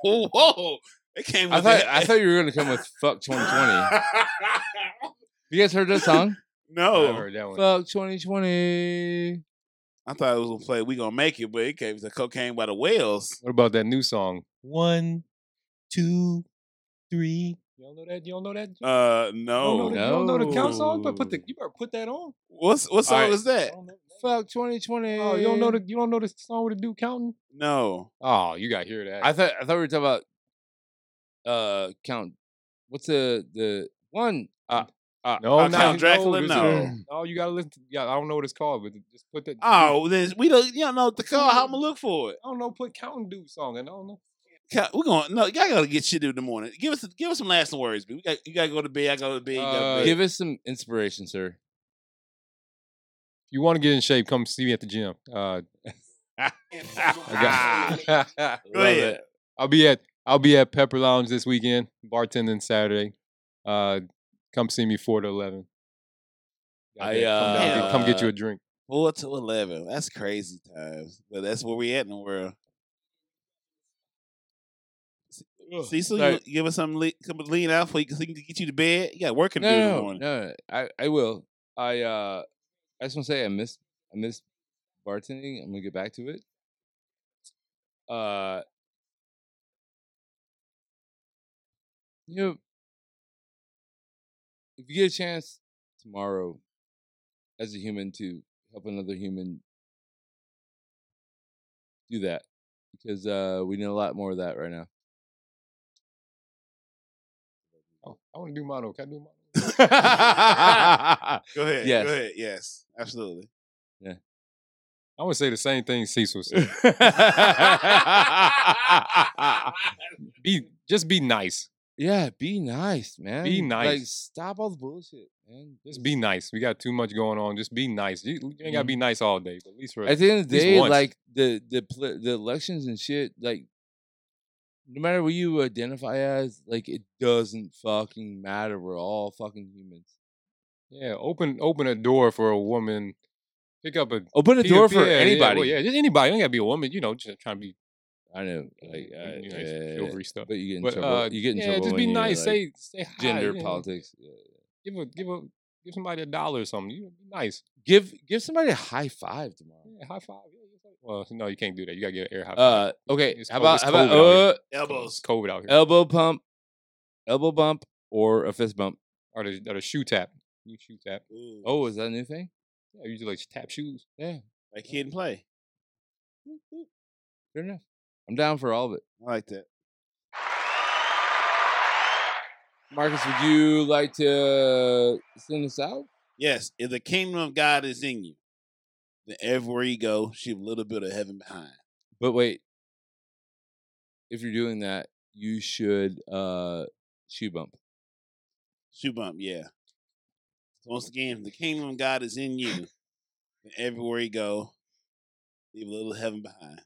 oh, whoa, it came. With
I thought I thought you were gonna come with "fuck 2020." You guys heard that song?
I
no,
heard that one.
"Fuck 2020."
I thought it was gonna play. We gonna make it, but it came to cocaine by the whales.
What about that new song? One, two, three. You don't know that? You don't know that?
Uh,
You
no.
don't know the- You don't know the count song? But put the
no.
you better put that on.
What's what song
Alright.
is that?
Fuck 2020.
Oh, you don't know the you don't know the song with the dude counting?
No.
Oh, you gotta hear that.
I thought I thought we were talking about uh count. What's the the one? Uh, uh,
no,
Uh,
not
Count
his
Dracula?
old-
No.
no, Oh, you gotta listen. To, yeah, I don't know what it's called, but just put that.
Oh, then we don't. You don't know what to call. How I'm gonna look for it?
I don't know. Put counting dude song. and I don't know.
Ca- We're gonna no. Y'all gotta get shit in the morning. Give us give us some last words. B. We got you gotta go to bed. I gotta go to bed. You gotta go
Uh,
to bed.
Give us some inspiration, sir.
If you want to get in shape, come see me at the gym. Uh, I got.
Go
Love
ahead.
it.
I'll be at I'll be at Pepper Lounge this weekend, bartending Saturday. Uh, come see me four to eleven. Down
I,
there, come, down there, come get you
uh,
a drink.
Four to eleven. That's crazy times, but that's where we at in the world. C- Cecil, you
sorry.
give us something le- come lean out for you so you can get you to bed. You got work to do in the
No, no,
morning.
no, no, I I will. I uh, I just want to say I miss I miss bartending. I'm gonna get back to it. Uh, you know, if you get a chance tomorrow, as a human, to help another human, do that because uh, we need a lot more of that right now.
Oh, I want to do mono. Can I do mono?
Go ahead.
Yes.
Go ahead. Yes. Absolutely.
I want to say the same thing Cecil said. be just be nice.
Yeah, be nice, man. Like,
nice.
stop all the bullshit, man.
Just be nice. We got too much going on. Just be nice. You, you ain't gotta
Mm-hmm.
be nice all day, but at least for
At the end of the
least
day,
once.
like the the pl- the elections and shit, like no matter what you identify as, like it doesn't fucking matter. We're all fucking humans.
yeah, open open a door for a woman. Pick up a
Open the
pick up-
door for
yeah, yeah,
anybody.
well, Yeah, just anybody. It ain't gotta be a woman. You know, just trying to be
I know, like,
like,
uh,
you know,
yeah,
silvery stuff.
but you get in
But
trouble.
uh,
you get in
yeah,
trouble.
just
when
be
you're,
nice.
like,
say say hi,
gender
yeah.
politics. Yeah.
Give a give a give somebody a dollar or something. You be nice.
Give give somebody a high five tomorrow.
Yeah, high five. Yeah, yeah, yeah. Well, no, you can't do that. You gotta get an air high five.
Uh, okay.
It's
how
cold-
about
it's
how about
cold out here.
uh,
It's COVID out here.
elbow pump, elbow bump, or a fist bump?
or, the, or the shoe tap. You shoe tap.
Ooh.
Oh, is that a new thing?
Yeah, you just like tap shoes.
Yeah,
Like kid and play.
fair enough. I'm down for all of it.
I like that.
Marcus, would you like to send us out?
Yes, if the kingdom of God is in you, then everywhere you go, she'll a little bit of heaven behind.
But wait, if you're doing that, you should uh shoe bump.
Shoe bump, yeah. So once again, if the kingdom of God is in you, then everywhere you go, leave a little heaven behind.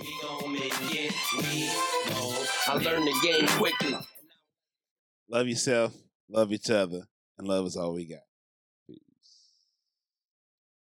We gon' make it. We gon'. I learned the game quickly.
Love yourself, love each other, and love is all we got.